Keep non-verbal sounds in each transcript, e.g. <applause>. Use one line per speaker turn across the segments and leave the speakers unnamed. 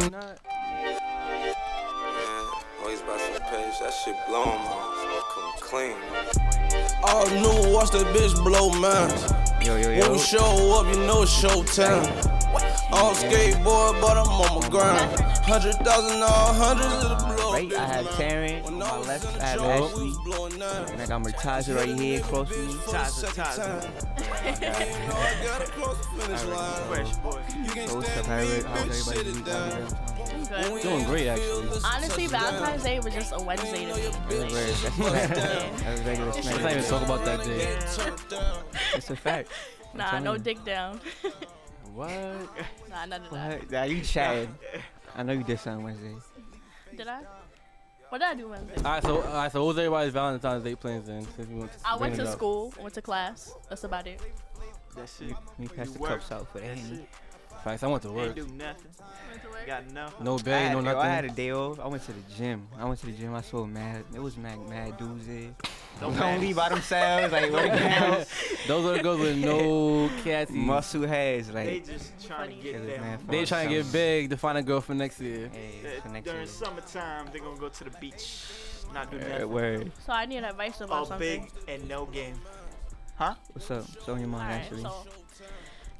Probably not.
Man, always buy some page. That shit blowin' mine. So I come clean.
All new, watch that bitch blow minds.
Yo, yo,
When
yo.
we show up, you know it's showtime. All skateboard, but I'm on my grind. Hundred thousand, all hundreds of the blow.
Right, I have Taryn. On my left, I have Ashley. And I got Murtaza right here close to me.
Taza, Taza. Fresh boy.
So what's up, how every- how's everybody doing? How's everybody
Good.
Doing great, actually.
Honestly, Valentine's Day was just a Wednesday to me.
doing? That's a fact. That's a regular
Let's not even
snack.
talk about that day.
It's a <laughs> fact. I'm
Nah,
telling
no
you.
dick down.
<laughs> What?
nah, none of that.
What? Nah, you chatting. I know you did something Wednesday.
Did I? What did I do Wednesday?
Alright, so alright, so what was everybody's Valentine's Day plans then? Since we went to
I
bring
went
it
to
up.
school, went to class. That's about it.
That's it.
You, you passed the
work.
cups out for that.
That's it.
Facts, I went
E
to
Ain't
work.
do nothing.
Went to work.
Got nothing.
No
I
bag,
had,
no
yo, I had a
nothing.
day off. I went to the gym. I went to the gym. I saw mad. It was mad, mad dudes there.
Don't
Don't be by themselves. <laughs> Like working out.
Those are the girls with no cats.
Muscle heads.
They
Like
just trying
Funny.
to
it
get
was mad
them.
fun.
They trying to get
Some-
big to find a girl for next year.
Hey, for
Uh,
next
During
year.
summertime, they're gonna go to the beach, not do
Alright,
nothing.
word.
So I need advice about
All
something.
big and no game.
What's up? What's on your mind,
Alright,
actually?
so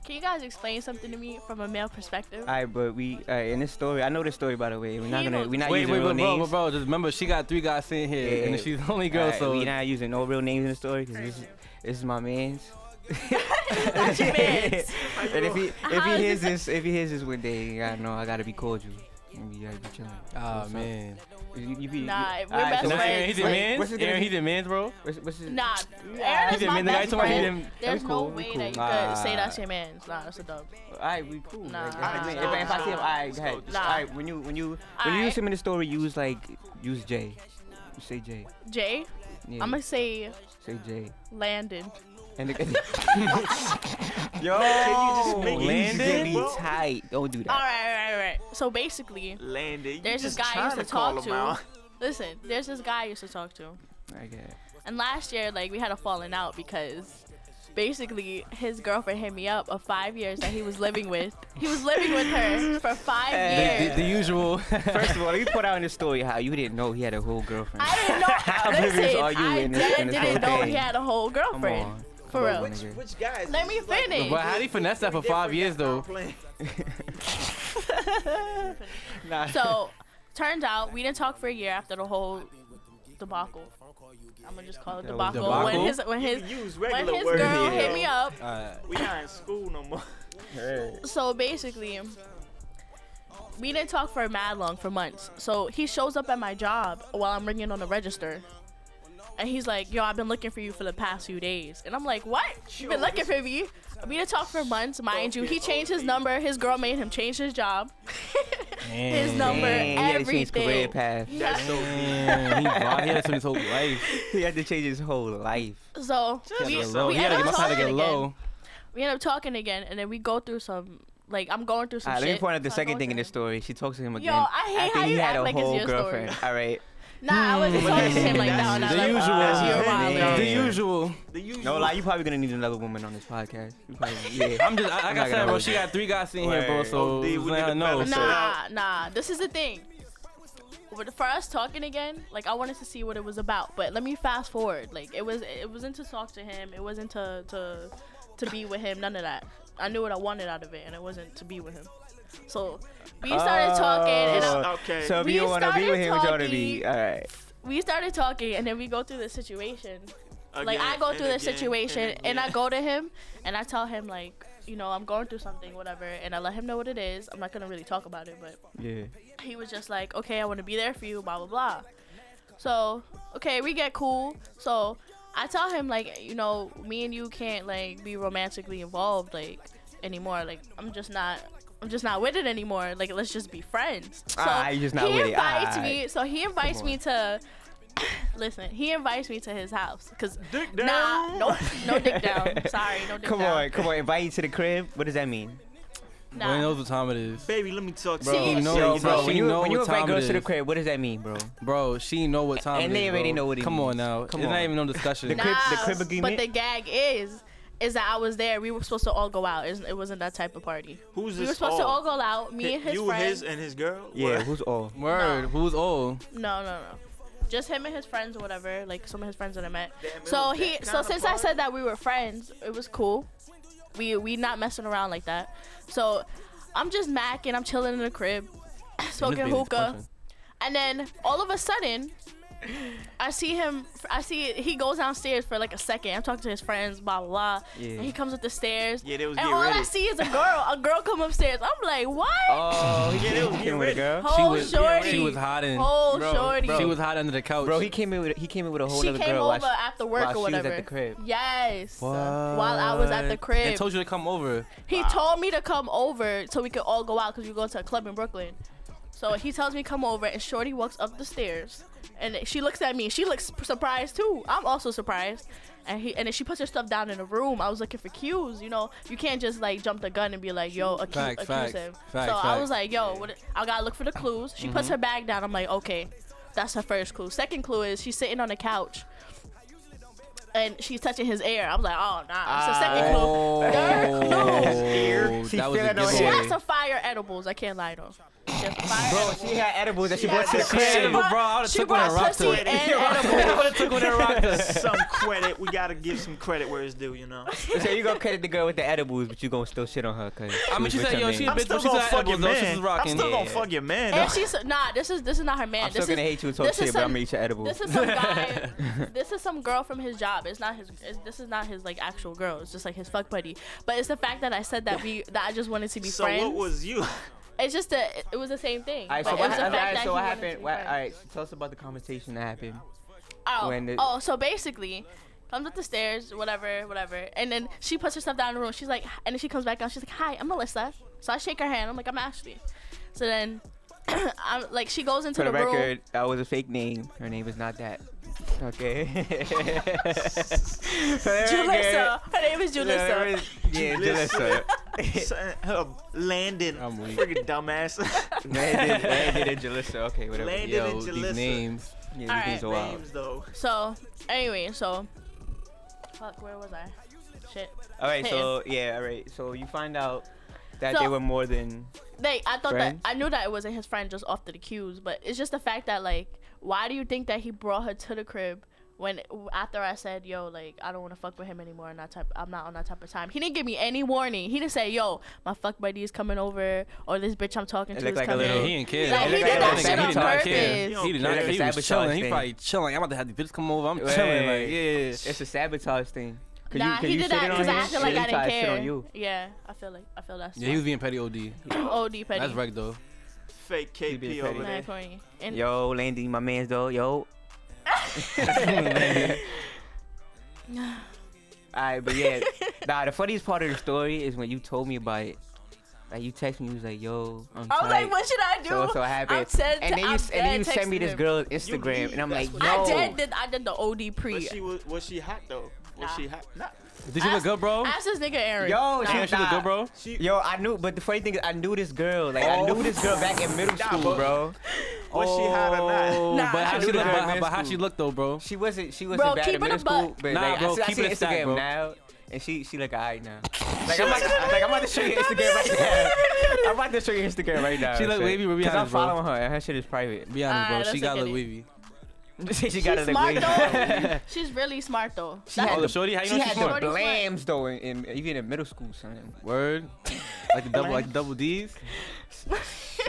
can you guys explain something to me from a male perspective?
All right, but we all right, in this story. I know this story by the way. We're not
He
gonna.
knows-
We're not
wait,
using
wait,
real
but bro,
names.
but bro, just remember she got three guys sitting here,
Yeah,
and
yeah.
she's the only girl,
Alright,
so
we're not using no real names in the story because this, is- this is my <laughs> man's.
That's your man's.
<laughs> and if he if
How
he
is
hears
it-
this if he hears this one day, you gotta know I gotta be cordial. And you gotta be chilling.
Ah
What's up?
man,
You, you be,
Nah,
you,
if we're
alright,
best
so
no,
what's-
Aaron,
friends-
he
Wait,
demands.
what's it gonna
Aaron,
be?
he demands, bro.
What's, what's his,
Nah, Aaron is
didn't
my
mean the guy
best
told me he
friend.
didn't- that
There's
was
no
cool, we
way
cool.
that you could say
Nah.
that's your man's. Nah, that's a dub.
Alright, we cool.
Nah.
Like, that's the thing.
Nah.
if, if I see him, alright, go ahead.
Nah.
Alright, when you when you when you use
Alright.
him in the story, use like use J. Say J.
Jay,
Yeah.
I'm gonna say
say J.
Landon. <laughs>
And <laughs> the,
Yo,
Oh.
can you just make
He's
it
gonna
easy,
be
bro?
tight. Don't do
All
that.
right, all right, all right. So basically,
Landon, you
There's
just
this guy I
trying
used to
call
talk
him
to.
out.
listen, there's this guy I used to talk to,
I get it.
and last year like we had a falling out because basically his girlfriend hit me up of five years that he was living with. He was living with her for five
Hey.
The,
years.
the usual.
First of all, you put out in the story how you didn't know he had a whole girlfriend.
I <laughs> didn't know.
How oblivious
listen,
are you
I
in this- in
dead
this
didn't
whole
know
thing?
he had a whole
Come
girlfriend.
on.
For real.
Which, which guy is
Let
this?
me
Like,
finish.
but how do you finesse that for five years though?
Playing.
<laughs>
Nah.
So, turns out we didn't talk for a year after the whole debacle. I'm gonna just call it
That was
debacle. When
debacle?
his when his
You use
when
regular
his
words.
girl
yo.
hit me up,
<laughs> Alright.
We not in school no more.
so basically we didn't talk for mad long for months so he shows up at my job while i'm ringing on the register and he's like yo i've been looking for you for the past few days and i'm like what you been looking for me we didn't talk for months mind you he changed his number his girl made him change his job his number
Dang, he had to change career
everything
path.
He had-
Damn, he wild. He had to his whole life.
He had to change his whole life.
so we,
Get low.
we
He had
end
to get,
up
must have had
talking
to get
again.
low.
we end up talking again and then we go through some like i'm going through some
Alright,
shit
let me point out the
So I
second
go
thing in
through-
the story. She talks to him again.
Yo, I hate
after
how
he
you
had
act
a
like it's
whole
your story.
girlfriend. All right.
Nah, I wasn't talking to him like that. on
The
that level.
usual.
That's your
Ah, man.
mom, though.
The
Yeah.
usual.
The usual.
No lie, you probably gonna need another woman on this podcast.
<laughs>
You probably, yeah.
I'm just, I, like
I'm not
I
gonna
said, bro,
hold
she
you.
got three guys sitting here, bro,
Word.
so
Oh, dude,
just
we
let
need
her
to
know.
balance
So,
out.
Nah, nah. This is the thing. With- For us talking again, like I wanted to see what it was about, but let me fast forward. Like it was, it wasn't to talk to him. It wasn't to to to be with him. None of that. I knew what I wanted out of it, and it wasn't to be with him. So we started talking, and I,
Okay.
So if
We
you don't wanna be
started
with him, you want to be.
talking.
All right.
we started talking, and then we go through the situation. like
Again
I go
and
through the
again
situation and, I
again.
go to him and I tell him like you know I'm going through something whatever and I let him know what it is I'm not gonna really talk about it but
Yeah.
he was just like okay I want to be there for you blah blah blah so okay we get cool so I tell him like you know me and you can't like be romantically involved like anymore like I'm just not I'm just not with it anymore like let's just be friends so
Ah, you're just not
he
with it.
invites
Ah.
me so he invites
on.
me to <coughs> listen he invites me to his house because
Dick
Nah,
down.
no, no dick down. Sorry, no dick
Come
down.
on, come on. Invite you to the crib. What does that mean?
Bro, he
Nah.
knows what time it is.
Baby, let me talk to
Bro, he
you.
knows, bro,
Yo, bro, when
she
you,
know
when you
what
invite
time
girls
it
to the
is.
crib, what does that mean, bro?
Bro, she know what time it
And
is,
they already
bro.
know what it
Come
means.
on now.
Come
It's
on.
not even no discussion.
The crib- the crib
But
agreement?
the gag is is that I was there. We were supposed to all go out. It wasn't- It wasn't that type of party.
Who's this?
We were supposed to all go out. Me
Hi-
and his
you,
friends.
his, and his girl.
Yeah,
What?
who's all?
Word. Who's old?
No, no, no. Just him and his friends or whatever, like some of his friends that I met.
Damn, it
so
was
he
that
so
kinda
since I
party?
said that we were friends, it was cool. We we not messing around like that. So I'm just macking, I'm chilling in the crib, <coughs> smoking
This baby's
hookah.
punching.
And then all of a sudden I see him I see he goes downstairs for like a second. I'm talking to his friends, blah blah blah.
Yeah.
And he comes up the stairs.
Yeah, they was
and
getting
all I
ready.
see is a girl. A girl come upstairs. I'm like, what?
Oh, he came,
Yeah, they was
he
getting
came with a
ready.
girl.
Whole
was,
shorty.
She was hiding.
Whole
Bro,
shorty.
She was hiding under the couch.
Bro, he came in with he came in with a whole
she
other
came
girl. while
over
she-
after work
while
or
she was at
whatever.
the crib.
Yes. While I was at the
What?
crib.
And told you to come over.
he told me to come over so we could all go out because we were going to a club in Brooklyn. So he tells me come over, and Shorty walks up the stairs, and she looks at me. She looks surprised too. I'm also surprised, and he and then she puts her stuff down in the room. I was looking for cues. You know, you can't just like jump the gun and be like, "Yo, accu-
Facts,
accuse
facts,
him."
facts,
so I
facts. Mm-hmm.
was like, "Yo, what, I gotta look for the clues." She puts her bag down. I'm like, "Okay, that's her first clue." Second clue is she's sitting on the couch. And she's touching his ear. I was like, oh, nah. That's the
Ah,
second clue. Third clue.
Oh.
She
that was
said
a
that on
Oh, She
Yeah.
has
giveaway.
some fire edibles. I can't lie though. She has fire
Bro,
edibles.
she had edibles that she
She
brought to the
had edibles.
crib.
edible, bro. I would've
she
took one and
brought
rocked
<laughs>
pussy
it.
<laughs>
and edibles.
I would have took one and rocked us.
Some credit. We gotta give some credit where it's due. You know.
So you gonna credit the girl with the edibles, but you gonna still shit on her? Cause
I mean, she
was with
said,
your
yo, she a
man.
I'm
bitch,
still
but she's
gonna
at
fuck your
edibles, though.
man.
She's rocking.
I'm still gonna
Yeah.
fuck your man.
And
though.
she's nah. This is this is not her man.
I'm
this
still gonna
is,
hate you and talk
this
shit,
is
but
some,
I'm gonna eat your edibles.
This is
<laughs>
some guy. this is some girl from his job. It's not his. It's, this is not his like actual girl. It's just like his fuck buddy. But it's the fact that I said that we that I just wanted to be
so
friends.
what was you?
it's just a. It was the same thing.
All right,
But
so
it
what,
was the
all
fact
right, so
that he
what
wanted to
happened?
be
What, all right,
friends.
so tell us about the conversation that happened.
Oh,
when the-
oh, so basically, comes up the stairs, whatever, whatever, and then she puts herself down in the room. She's like, and then she comes back down. She's like, "Hi, I'm Melissa." So I shake her hand. I'm like, "I'm Ashley." So then, <clears throat> I'm like, she goes into
For
the,
the
room.
record, that was a fake name. Her name is not that. <laughs> Okay. For the
Julissa. Her name is
record- there
Julissa.
is- Yeah, <laughs> Julissa.
Son, her Landon,
I'm weak.
freaking dumbass.
Landon, Landon and Julissa. Okay, whatever.
Landon
Yo,
and
these
Jalissa.
names.
Yeah, these
All
names
right,
are wild.
Names though.
So anyway, so fuck, where was I? Shit.
All right, so yeah, all right, so you find out that
So-
they were more than
They, I thought
Friends?
that I knew that it wasn't his friend just off the cues, but it's just the fact that like, why do you think that he brought her to the crib when after I said, "Yo, like I don't want to fuck with him anymore," and that type, I'm not on that type of time. He didn't give me any warning. He didn't say, "Yo, my fuck buddy is coming over,or this bitch I'm talking
It
to
looked
is
like a
coming."
little-
Yeah, he didn't care.
Like,
he did
Like,
that
nigga,
shit
he
on
did not care.
purpose.
He did
He
not
did
care.
a
He was
sabotage
chilling. He
thing.
probably chilling. I'm about to have the bitch come over. I'm chilling. Like, yeah, yeah.
It's a sabotage thing. Cause
Nah,
you, cause
he
you
did
shit
that
on
because I
him,
acted like
yeah,
I
he tried
didn't
to shit
care.
on you.
Yeah, I feel like I feel that's
Yeah, he was being petty OD.
<laughs> OD petty.
That's right though.
Fake
being
KP over
petty.
Mad
there.
corny. And <laughs>
Yo, Landy, my man's though. Yo. Alright, but <laughs> yeah. Nah, the funniest part of the story is when you told me about it. Like you text me, you was like, "Yo, I'm
I was like,
tight.
"What should I do?"
So so happened.
I'm dead,
and then you
I'm
and then
dead
you sent me
texting
this
him.
girl's Instagram, and I'm like,
that's
"Yo,
what
I did, did. I did the OD
But
pre.
she was, was she hot though? Was
Nah.
she hot? Nah.
Did you look
Ask-
good, bro?
Ask this nigga Aaron. <laughs>
yo,
Nah.
she,
Did you look
nah.
good, bro?
She,
Yo, I knew, but the funny thing is, I knew this girl. Like, I
Oh.
knew this girl back in middle
Nah,
school,
but-
bro.
was she hot or not?
Oh,
Nah.
But
I
how
knew
she
the
look?
girl in
But but
middle
how she
school.
look though, bro?
She wasn't. She wasn't
Bro,
bad
keep
in
it a
middle school,
buck.
but
Nah,
like,
bro,
I, see, I
keep
see
it a stack,
Instagram
bro.
now, and she she look alright
<laughs>
now. Like I'm, about, like I'm about to show you Instagram right <laughs> now. I'm about to show you Instagram right now.
She look
shit.
wavy, but we
'Cause I'm
honest, bro.
following her, and her shit is private. <laughs>
Be honest,
Alright,
bro.
let's
She
look
got
at
a little
it.
wavy.
she got
She's
to look
smart
wavy. <laughs>
though. She's really smart though.
She
That's-
had
Oh,
the-
shorty, how you
She
know
had
she's
the
smart?
blams though, in, in, even in middle school,
<laughs>
son.
Word. Like the double, like the double D's.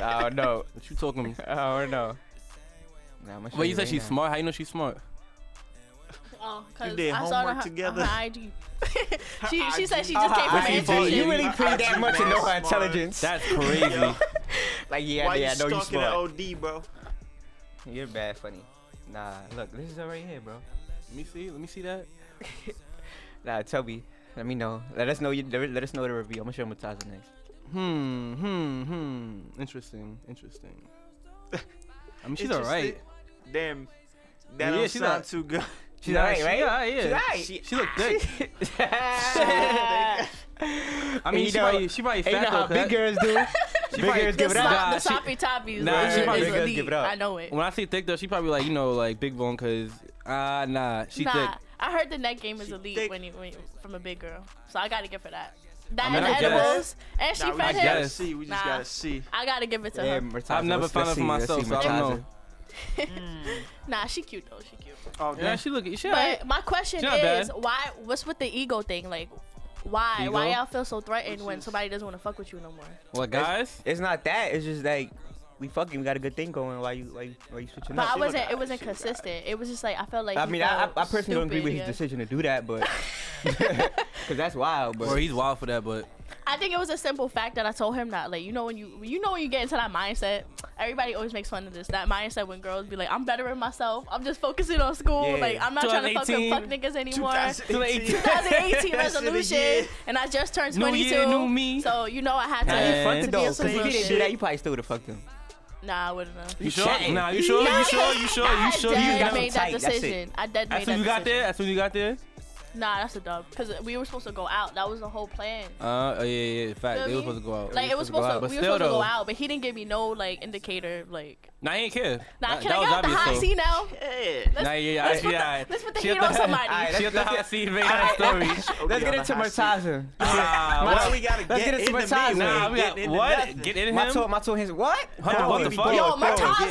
I don't know.
What you talking?
I don't know. Nah, I'ma show
Wait, you said
right
she's
now.
smart. How you know she's smart?
oh, 'cause
You did
I saw it on
homework
her,
together.
On her <laughs> IG.
<laughs>
she she said she
Oh,
just came
her
from
IG.
internship.
You really
Her
paid that
IG
much to know her
mad smart.
intelligence.
That's crazy.
Like, yeah,
Why
yeah, I
you
know you
stalking
smart.
that OD, bro?
You're bad funny. Nah, look, this is her right here, bro.
Let me see. Let me see that.
Nah, tell me. Let me know. Let us know. You, let let us know the review. I'm gonna show Mataza next.
Hmm. Hmm. Hmm. Interesting. Interesting. I mean, she's alright.
Interested? Damn. That
Yeah,
don't
she's
sound
not-
too good.
She's
Nah,
alright,
she
right?
alright, yeah.
She's alright.
She-
She look <laughs>
<laughs>
thick. I
And
mean,
you
she
know-
probably, she probably
Hey, you know how
fat though.
big
'cause
girls <laughs> do. big
probably-
girls
The,
give it up.
slop, the
Nah, she-
sloppy toppies
Nah,
is,
she probably-
is
Niggas
elite.
give it up.
I know it.
When I say thick though, she probably like you know like big bone, cause ah nah, she
nah,
thick.
I heard the neck game is
She
elite
thick.
when you, when you from a big girl, so I gotta give her that. That
I'm
and
not
the
jealous.
edibles, and she
Nah, we
fed
just
him.
gotta
jealous.
see. We just
Nah.
gotta
<laughs>
see.
I gotta give it to
Yeah,
her.
Murtaza,
I've never
let's-
found out
let's
for
see, let's
myself,
see
so I don't
Murtaza.
know.
Nah, she cute though. She cute.
Mm. Oh damn.
Yeah, she look. She alright.
But my question
She not
is,
bad.
why? What's with the ego thing? Like, why? Why
Ego?
y'all feel so threatened
Which
when
is-
somebody doesn't want to fuck with you no more?
What guys?
It's not that. It's just like we fucking we got a good thing going. Why you like why you switching
But
up?
I
she was
wasn't.
alright,
It wasn't
she was alright.
consistent. It was just like I felt like.
I
he
mean, I, I, I
felt
personally don't agree
stupid,
with his
yeah.
decision to do that, but
<laughs>
<laughs> because that's wild. But
Bro, he's wild for that, but
I think it was a simple fact that I told him that, like, you know, when you you know when you get into that mindset, everybody always makes fun of this. That mindset when girls be like, I'm bettering myself. I'm just focusing on school.
Yeah.
Like, I'm not trying to
2018.
fucking fuck niggas anymore. <laughs>
<laughs>
2018.
2018
That shit is
resolution,
year.
and I just turned
New
22.
year, new me.
So you know I had to,
Nah, you
Man.
fucked
to
it
be
though.
on
Cause
some
if you
real
didn't do that,
shit.
you probably still would have fucked him.
Nah, I wouldn't have.
you sure?
chatting.
Nah, you sure? You sure? You sure? You sure?
I
You
dead
got
made
tight,
that
that's it.
decision. I dead made
As soon
that
as you got there,
decision.
as soon as you got there.
Nah, that's a dub. Cause we were supposed to go out. That was the whole plan.
Uh, oh, yeah, yeah. yeah, Fact,
Feel
they
me?
were supposed to go out.
Like it was
supposed to go
supposed to,
out,
but
we were
still
supposed to go
though.
out, but he didn't give me no like indicator. Like,
Nah, he ain't care.
nah,
That-
can
that
I
was
get out the
obvious,
high
though.
seat now?
Yeah.
Let's-
Nah, yeah, yeah,
let's
yeah,
put the-
yeah.
let's put the
She at
heat on somebody.
Alright,
She at
let's-
the
let's
hot
get-
seat, made that story.
Let's get into Murtaza.
Ah,
Why
what?
we gotta
Let's
get
get into
into
Murtaza.
me?
Nah, we got
Get into nothing.
what? Get in
My toe,
him.
my toe, his what?
Hold on,
Nah,
what
we
the
be
fuck?
both
Yo,
Pause,
pros.
pause,
Murtaza
pause.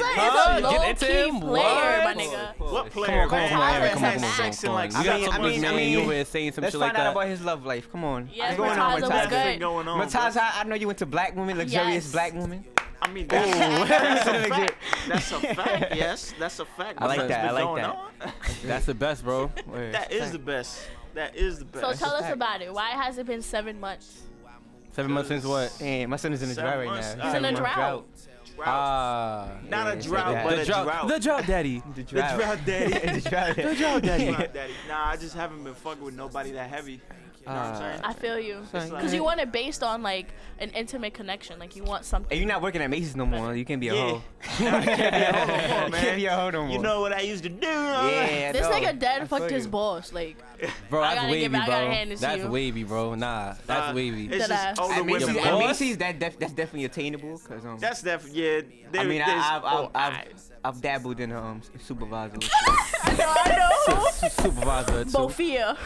is a low
Get into
key
him.
player, my
What?
nigga.
What
Come on,
player?
come on, come on,
man?
Tyler's
come on,
had
come on, come on.
sex in like
We got
mean,
so
I
much
mean, I
man. You
mean,
over here saying some
Let's
shit like
find out
that.
about his love life. Come on.
Yeah,
What's going on,
Murtaza was
Murtaza?
good.
Nothing going on. bro.
Murtaza, I know you into black women, luxurious
Yes.
black women.
I mean, <laughs> that's,
<laughs>
that's a fact. That's a fact. Yes, that's a fact.
I like
That's
that,
what's
I like
going
that.
on.
That's the best, bro.
That is the best. That is the
So
best.
tell us
fact.
about it. Why has it been seven months?
Seven months since what?
Damn, my son is in a
Seven
drought right now.
months.
He's
He's
in a
seven month
drought.
Drought.
Ah.
Not a
yeah, so
drought,
that-
but
the
a
drought,
drought.
the drought daddy.
The
The
drought.
drought
<laughs>
daddy.
The drought.
The
<laughs>
drought daddy.
<laughs>
Drought daddy. Nah, I just haven't been fucking with nobody that heavy. You know what I'm
Ah.
saying?
I feel you.
Son,
Cause you want it based on like an intimate connection. Like you want something.
Hey, you're not working at Macy's no more. You can't be a
Yeah. <laughs>
hoe.
Nah, I can't be a hoe no
<laughs> You can't
more, man.
be a hoe no more.
You know what I used to do? <laughs> Uh,
Yeah.
This
no.
nigga
I
dead
feel
fucked his
you.
boss. Like
Bro,
I
that's
gotta give-
wavy,
I gotta hand
bro.
this to
That's
you.
wavy, bro. Nah, that's
Uh,
wavy.
It's
Deadass.
just older
At Macy's,
women.
Your
at
boss?
Macy's that def- that's definitely attainable. Cause um,
That's definitely yeah. There,
I mean, I,
there's-
I've, I've,
oh,
I've,
I-
I've dabbled in um s- supervisor.
I know, I know.
Su- Supervisor. too.
Bofia.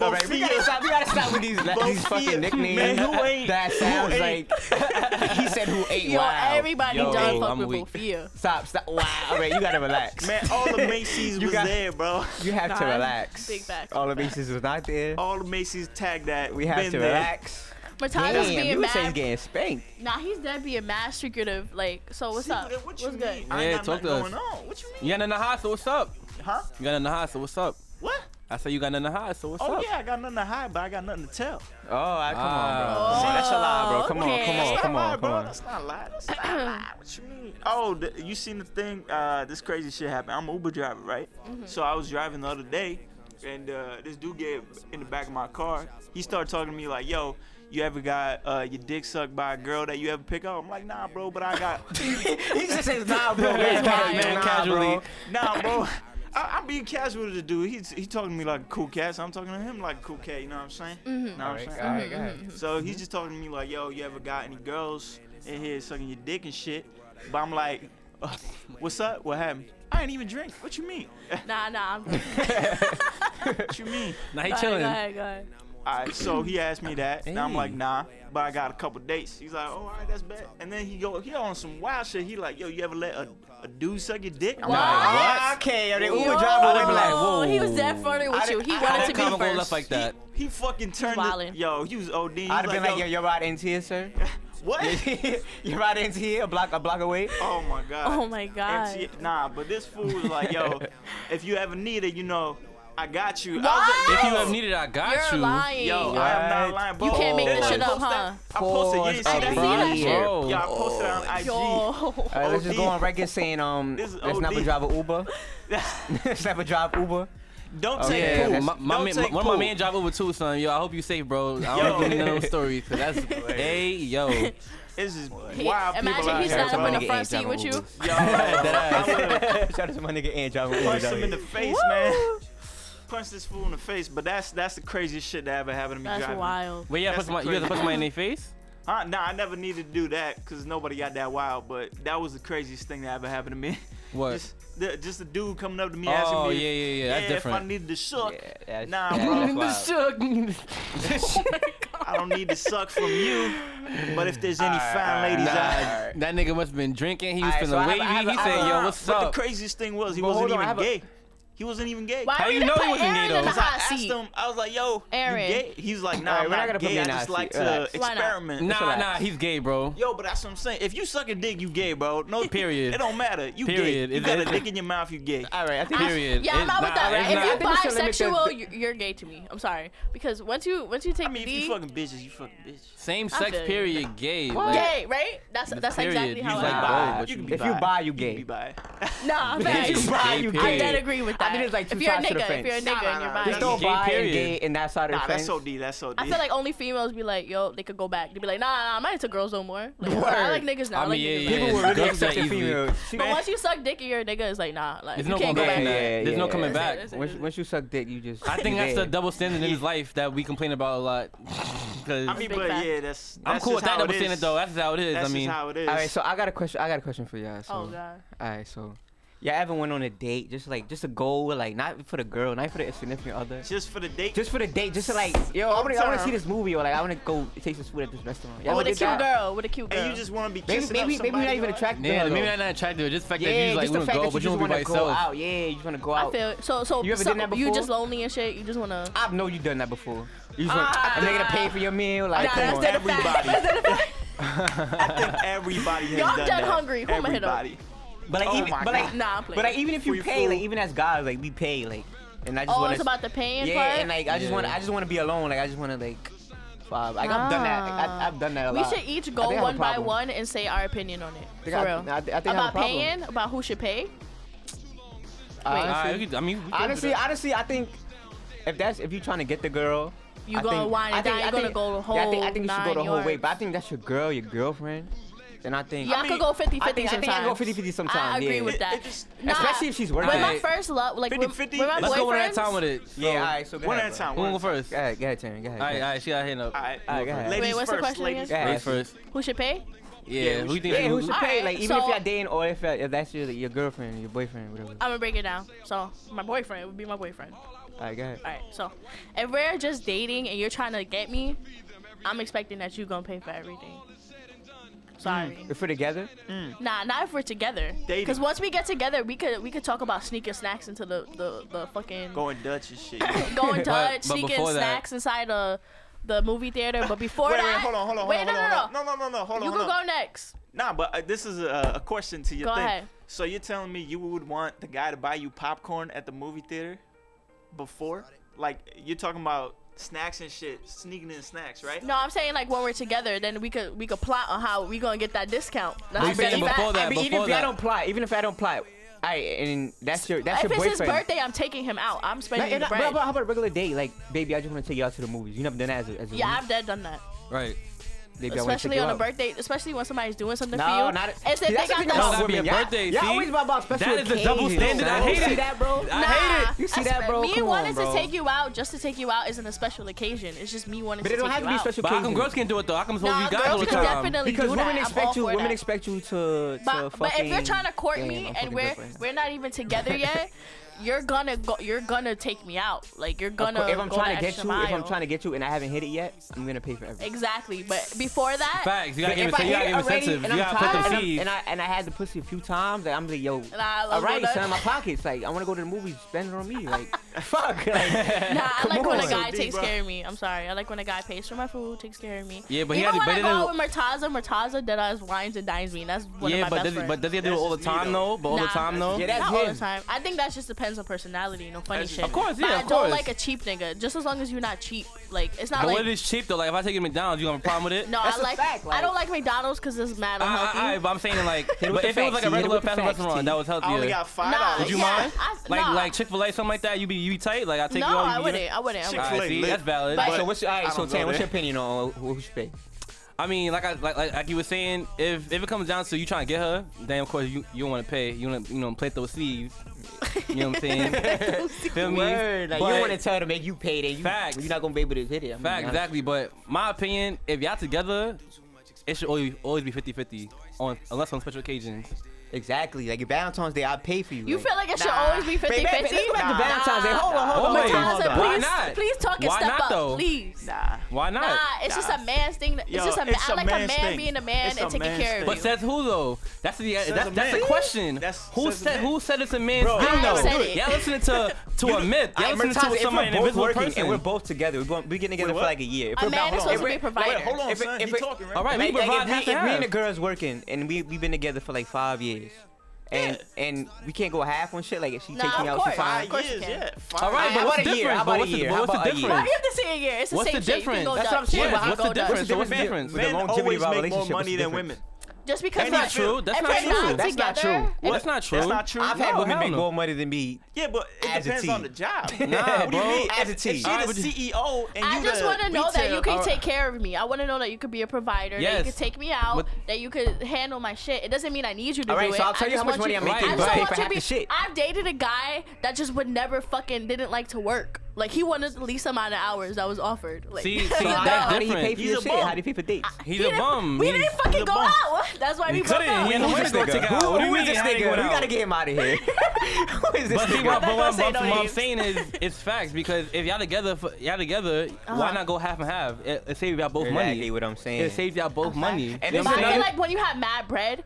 All right, we gotta stop. We gotta stop with these la- these fucking nicknames.
Man, who
<laughs>
ain't-
That
who
sounds
ain't-
like <laughs> he said who ate.
Yo,
wow.
everybody
Yo,
done fuck
I'm
with
weak.
Bofia.
Stop, stop. Wow. All right, you gotta relax.
Man, all
<laughs>
the Macy's
You
was
got-
there, bro.
you have to
Nah,
relax.
big facts,
All
big
of Macy's was not there.
All the Macy's tagged that.
We have
Oh, been
to
there.
relax.
Murtaza's
Damn,
being
you was
mad.
getting spanked.
Nah, he's dead being mad secretive. Like, so what's
See,
up?
What you
what's good?
mean? I ain't
Yeah,
got
talk
nothing
to
going
us.
on. What you mean?
You got nothing to hide, so what's up?
Huh?
You got nothing to hide, so what's up?
What?
I said you got nothing to hide, so what's
Oh
up?
yeah, I got nothing to hide, but I got nothing to tell.
Oh, I, come on, bro.
Ah.
See, that's a lie, bro.
Oh,
Come
okay.
on,
That's
come
not a lie,
on, come
bro.
on, come on.
That's not a lie. That's not a lie. What you mean? Oh, th- you seen the thing? Uh, this crazy shit happened. I'm an Uber driver, right?
Mm-hmm.
So I was driving the other day, and uh, this dude get in the back of my car. He started talking to me like, "Yo, you ever got uh, your dick sucked by a girl that you ever pick up?" I'm like, "Nah, bro, but
<laughs>
I got
He just says nah, bro.
That's wild.
man,
Nah,
casually.
bro.
nah, bro." I- I'm being casual to the dude. He's he talking to me like a cool cat. So I'm talking to him like a cool cat. You know what I'm saying?
Mm-hmm.
Know what I'm saying?
Mm-hmm.
So he's just talking to me like, "Yo, you ever got any girls in here sucking your dick and shit?" But I'm like, <laughs> uh, "What's up? What happened? I ain't even drink. What you mean?
<laughs> Nah, nah. I'm good.
What
<laughs>
you mean?"
Now he
Go ahead, go
chilling.
ahead, go ahead.
All right, so he asked me that, and I'm like,
Hey.
"Nah, but I got a couple dates." He's like, "Oh, all right, that's bad." And then he go, he on some wild shit. He like, "Yo, you ever let a, a dude suck your dick?" I'm like,
Nah, okay, the Uber
Yo,
driver would be like,
whoa.
He was dead flirting with
I
you.
did-
He
I did
wanted to
Don't come
be
and go left
first.
like that.
He fucking turned.
wildin'.
The, yo, he was OD. He
I'd
was
have been like, yo,
"Yo,
your ride ends here, sir. <laughs>
what?
your ride ends here, a block, a block away.
<laughs> oh my god.
Oh my god.
MT nah, but this fool was like,
<laughs>
yo, if you ever need it, you know, I got you. I was
What?
like,
If you
yo,
have needed, I got you.
You're lying.
Yo,
you
I am not
What?
lying, bro.
You can't make
Then
this
I
shit up,
posted-
huh?
I posted, you didn't see
Pause of
that?
Did I see that
the
shit?
year.
Bro.
Yeah, I posted it on IG.
Yo.
<laughs> All right, let's just go
OD.
on record saying, um,
This
let's
is
never
OD.
drive an Uber. <laughs> let's never drive
<laughs>
Uber.
<laughs>
Oh,
Don't
Okay.
take
Yeah,
Yeah,
poop.
that's-
my, my
Don't
man,
take
one of my
poop.
man drive over too, son. Yo, I hope you safe, bro. I don't
Yo.
really know those stories, cause that's hey, yo.
This is wild
He-
people
imagine
out
he's
here,
not
bro.
up in the
Nigga
front
ain't
seat
driving
with you.
Ubers.
Yo, I would've
Shout out to my nigga and driving Uber.
punched him
driver.
in the face, man. Punch this fool in the face, but that's that's the craziest shit that ever happened to me
That's
driving.
wild.
Wait, yeah,
That's
put somebody, you have to
crazy.
put somebody in their face.
Huh? Nah, I never needed to do that because nobody got that wild. But that was the craziest thing that ever happened to me. <laughs>
What?
just, the, just a dude coming up to me
Oh,
asking me.
yeah,
if-
yeah, yeah, that's
If I
different.
needed to suck,
Yeah, that's,
Nah,
that-
bro.
<laughs> that's wild.
I don't need to suck from you. But if there's any fine ladies
Nah,
out
that nigga must have been drinking. He was
Alright,
feeling
so I have-
wavy.
I have-
he
I
said,
have-
"Yo, what's
But
up?"
the craziest thing was he
But hold
wasn't
on, I
even
have a-
gay. He wasn't even gay.
Why
How
we
you
didn't
know he
put
wasn't
Aaron
gay,
in the
though?
Because I
hot
asked
seat?
him, I was like, "Yo,
Aaron.
you gay?" He's like, "Nah,
Alright,
I'm
we're not
not
gonna put
gay.
me
I
in the
just
hot
like
seat.
to
Relax.
Why not?
experiment."
Nah,
relax.
nah, he's gay, bro.
Yo, but that's what I'm saying. If you suck a dick, you gay, bro. No
Period.
It don't matter. You
Period.
gay. You
It-
got a
it-
dick in your mouth. You gay.
All right, I think
Period.
Yeah, I'm
It's
out with
not-
that.
it's
Right?
I think we should
If
limit
you're
the-
bisexual, you're, you're gay to me. I'm sorry because once you once you take
I mean, if
the
you fucking bitches, you fucking bitches.
Same
I
sex
feel you.
period, gay.
Well,
like-
gay, right? That's that's
period,
exactly
you
how
like
I.
bi.
Nah,
but
you
you
can
can
if
be
you
bi.
buy, you
You
gay.
be bi.
Nah,
If you
facts.
bi,
I
you
I
gay.
don't agree with
I
that.
think it's like two
if you're a
sides
nigga,
to the
if you're a
fence.
nigga and
nah,
you're
nah,
bi,
Just
you're
don't
gay.
Gay
buy and
period.
gay in that side of the
Nah,
fence.
that's OD. That's OD.
I feel like only females be like, yo, they could go back. They be like, nah, nah, I'm not into girls no more. Like,
Word.
I like niggas now. I,
I
like
mean,
niggas
yeah,
now.
People were really
Girls that
accepting
easily.
females.
But once you suck dick and you're a nigga, it's like, nah, like
There's
you
no
can't
going
go
back
back.
from
Yeah,
that.
yeah,
There's no
yeah.
coming
That's it,
back.
that's it.
Once, once you suck dick, you just.
I think
you
that's
gay.
the double standard in his life that we complain about a lot. Cause
I mean,
Big
but
fact.
yeah, that's. that's
I'm cool
just
with that
how
double
it
standard
is.
though. That's just how it is.
That's
I mean,
just how it is.
All right, so I got a question. I got a question for y'all. So.
Oh god.
All right, so. Yeah, ever went on a date, just like just a goal, like not for the girl, not for the significant other,
just for the date.
just for the date, just to like, yo, I want to, I want to see this movie, or like, I want to go taste this food at this restaurant. Y'all
With
ever
a
did that?
cute girl. With a cute girl.
and you just want to be
Maybe,
kissing
maybe,
up
maybe not
somebody,
even
dog.
attracted.
yeah,
to her,
maybe
though.
not attractive. Just the fact
Yeah,
that you
just
like
the
want to
fact
go,
that you
but you
just
want to
wanna
be by
go
yourself.
out. Yeah, you just want to go
I
out.
feel so so.
You ever
so,
done that
You
before?
just lonely and shit. You just wanna.
I know you done that before. You just want a nigga to pay for your meal, like
Ah, Nah,
come
that's
on.
the fact.
everybody.
That's the fact.
I think everybody has
Yo, I'm
done
dead
that.
hungry. Who I'ma hit up?
Everybody.
But like,
Oh
even,
my
but like,
God.
Nah, I'm playing.
but like, even if
Free
you pay, like
food.
even as guys, like we pay, like, and I just
Oh,
want
it's about the paying
yeah,
part.
and like I just want,
Yeah.
I just want to be alone. Like I just want to like, vibe. Like I've done that. Like, I,
Ah.
I've done that a
we
lot.
should each
I
go
think I have a
one by
problem.
one and say our opinion on it.
I
For
think I-
real.
I, thi- I think I have a
about
problem.
paying, about who should pay.
All
Honestly,
right, we could- I mean, we could do
honestly,
that.
honestly, I think if that's if you're trying to get the girl,
You
I
gonna
think-
wine and
I think-
dine,
I
you gonna
think-
go the
yeah, I think, I
whole
think you should go the
nine
whole way,
yards.
but I think that's your girl, your girlfriend. Then I think
Yeah, I,
mean,
could go
I
50 50
think, I
sometimes.
think I can go 50-50 sometimes.
I agree
yeah.
with
It-
that.
it just-
<laughs>
Nah,
Especially if she's working.
When my
Alright.
first love, like, with-
50-50?
with my
Let's go one at a
boyfriends-
time with it.
Yeah,
So,
all right, so go
One
ahead,
at a
bro.
time.
Who
One
wanna go first?
Go ahead, go ahead, Taryn. Go ahead.
All right,
go
all
ahead.
right, she got her hand up.
All right.
All right, go ahead.
Ladies
Wait, what's the
first.
question
ladies
again?
Yeah.
Ladies first.
Who should pay?
we
Yeah, who you
should-
think?
Yeah,
who-
who should pay?
Alright,
Like, even if
so- Uh,
you're dating or if, if that's your, your girlfriend, your boyfriend, whatever.
I'm gonna break it down. So, my boyfriend would be my boyfriend.
All right, go ahead.
All right, so if we're just dating and you're trying to get me, I'm expecting that you gonna pay for everything. Sorry.
If we're together,
Nah, not if we're together.
Mm. Dating.
Because once we get together, we could we could talk about sneaking snacks into the the, the fucking
Going Dutch and
<laughs>
shit. <laughs>
going Dutch,
But- but
sneaking
before that-
snacks inside the the movie theater.
<laughs>
But before
Wait, wait,
that,
hold on, hold on, hold
wait,
on,
no,
hold
no,
on,
no,
no, no, no, no, hold
You
on,
can
hold
go
on.
next.
Nah, but uh, this is a, a question to your
Go
thing.
ahead.
So you're telling me you would want the guy to buy you popcorn at the movie theater before? Like you're talking about snacks and shit, sneaking in snacks, right?
No, I'm saying like when we're together, then we could we could plot on how we gonna get that discount. That's
I'm
the
saying
thing.
before
If
that,
I mean, even
before
if I
that.
don't plot, even if I don't plot, I and that's your that's
if
your
it's
boyfriend.
his birthday, I'm taking him out. I'm
Like,
spending
and
the
I- but how
bread.
about, how about a regular date? Like, baby, I just want to take you out to the movies. You never done that as a, as a
Yeah,
youth.
I've dead done that.
Right.
Baby, I wanna take
especially
you
on a
out.
birthday, especially when somebody's doing something
No,
for you.
not
It's if
See,
they
that's the
got
thing
that.
about
about
women.
women.
Your
Y'all-
birthday,
y'all
see?
always about, about special
That is a double
occasions,
standard. I
bro.
hate
See
it.
that, bro?
I hate it.
You see
I
that,
spe-
bro?
Me
Come
wanting
on,
to
bro.
take you out just to take you out isn't a special occasion. It's just me wanting
But
to
it don't
take
have
you
to be
out.
special
But how come
occasions.
girls can't do it though? How come supposed to
Nah,
be guys all
girls
the
can
time?
definitely
because
do that.
women
I'm all
expect you.
for
Women
that.
expect you to to
But,
fucking.
but if you're trying to court
Damn,
me
I'm
and
fucking
we're
good for you.
we're not even together yet, you're gonna go. You're gonna take me out. Like you're
Of
gonna.
course, if I'm
go
trying
the
to get
extra
you, if I'm
mile.
trying to get you, and I haven't hit it yet, I'm gonna pay for everything.
Exactly, but before that,
Facts. You gotta
But
give
if I
it. You gotta
hit
give
already
incentive. You
and I'm
gotta put
tired,
them
and, I'm-
fees.
and I and I had the pussy a few times. Like I'm like, yo,
Nah, let's
all
go
right,
there.
son, my pockets. Like I want to go to the movies, spend it on me. Like fuck. Like,
nah, I like when a
on.
guy
Dude,
takes
bro.
care of me. I'm sorry, I like when a guy pays for my food, takes care of me.
Yeah, but he
even
had to
when I
better
go
than-
out with Murtaza, Murtaza dead ass wines and dines me. And that's one
Yeah,
of my
but
best
does,
friends.
but does he do it
That's
all the
just me, though.
time though? But all the
Nah,
time though.
Yeah, that's
Not
him.
all the time. I think that just depends on personality. No funny
That's-
shit.
of course,
But
yeah,
I
of
don't
course.
like a cheap nigga. Just as long as you're not cheap. Like it's not
But
like
what if it's cheap though? Like if I take you to McDonald's, you gonna have a problem with
<laughs>
it?
no. I
That's a
like,
fact,
I
like-
don't like McDonald's because it's mad
I, I, I,
unhealthy.
but I'm saying like,
it with
but
the
if it was like
facts, hit
a
it
regular
with the
fast food
facts, T.
restaurant that was
I only
healthier,
got five
Nah,
dollars.
would you
yeah,
mind?
I-
Like
nah.
like Chick Fil A, something like that. You be you be tight. Like I take
no,
you out. you
I
be-
wouldn't. I wouldn't. I
Chick-
wouldn't.
Alright,
Chick-fil-A
see,
lit.
that's valid.
But-
but-
So what's your, all
I
right, so
don't know
Tan, what's your
that.
opinion on who, who should pay?
I mean, like I like, like like you were saying, if if it comes down to you trying to get her, then of course you you want to pay. You want to you know play those thieves. You know what
<laughs>
I'm saying? Feel me?
Word, like, you
But-
don't want to tell her to make you pay that. You,
Facts.
You're not gonna be able to hit it. I'm
Fact,
gonna be honest.
exactly. But my opinion, if y'all together, it should always, always be 50-50 on unless on special occasions.
Exactly. Like, if Valentine's Day, I'll pay for you.
You
like,
feel like it should
nah.
always be 50
Babe, babe,
50?
Let's go back to Valentine's Day. Hold on, hold on.
Nah.
Hold on.
Hold
Tyler,
on. Oh Why
please,
not?
please talk and
Why
step
not,
up,
though?
please.
Nah.
Why not?
Nah, it's just a man's thing. That,
Yo,
it's just a man.
it's a
I like a
man's
man
thing.
being a man
It's
and
a
taking
man's
care of
thing.
you.
But says who though? That's the
Says
that's
a
that's the
man.
question.
That's-
who
says a
said
man.
who said it's a man's
Bro,
thing
I
though?
said it.
Y'all listening to to a myth. Y'all
Alright,
listening
Murtaza,
to
if
somebody an
we're both
invisible
working
person.
and we're both together, we're, going, we're getting together
Wait,
for
what?
like a year. If
A
we're
man
not-
is
if
supposed to
we're-
be a provider.
Wait, hold on,
If it-
son.
if
He
it-
talking, right?
All right,
Like,
we
like,
provide
if,
half
me,
and
if me and the
half.
girl's working and we we've been together for like five years, and and we can't go half on shit. Like if she
Nah,
takes me
of
out,
course.
she fine.
Of course you
years,
can.
yeah. Five.
All right,
How
but what's
about
the
a year?
difference?
How
But
about
what's
a
the-
year?
but
How
what's
about
the
a year?
Why
difference?
you have to say a year? It's the
What's
same
the
shit. You can
difference?
go
That's what
Dutch.
I'm saying.
Yeah.
What's the
What's the difference?
difference? So what's the
Men
difference?
men
The longevity
always
of our
make more
relationship, what's
money
the
than
difference?
women.
Just
That's
because
not
like,
true.
That's
if
not
we're
true.
not
That's not
together-
true.
if-
That's not true.
That's not true.
I've had
No,
women
hell
make
no.
more money than me.
Yeah, but it
As a
depends
team.
on the job.
Nah,
what do you
bro.
mean?
As a
If
team.
she
Alright, but-
the CEO and
I
you
just
the
want to know that
retail-
you can
Alright.
take care of me. I want to know that you could be a provider, that you
Yes.
could take me out,
But-
that you could handle my shit. It doesn't mean I need you to
All right,
do
so
it.
I'll tell
I
you how
just
much
want
money I'm making,
I
but
just
pay
want
for
you
half
to
the
be,
shit.
I've dated a guy that just would never fucking didn't like to work. Like he wanted the least amount of hours that was offered. Like, <laughs>
See- see,
no.
that's
How, how do you
different.
pay for
He's
your
a
shit?
bum.
How do you pay for dates?
He's
We
a
didn't-
bum.
We
He's-
didn't fucking
a
go
bum.
out. That's why we broke
couldn't.
up.
He had no
He
way
just-
to go take out.
Who,
What do you
who is
mean
this
how they
nigga?
going
We
out?
gotta get him out of here. <laughs> who is this
But see,
nigga?
what, but what,
gonna say
but
no
what I'm
names.
saying is, it's facts because if y'all together, for- y'all together,
Uh-huh.
why not go half and half? It, it saves y'all both
Exactly
money.
what I'm saying.
It saves y'all both money.
And
You
this
But
know what I'm
I
saying?
feel like when you have mad bread,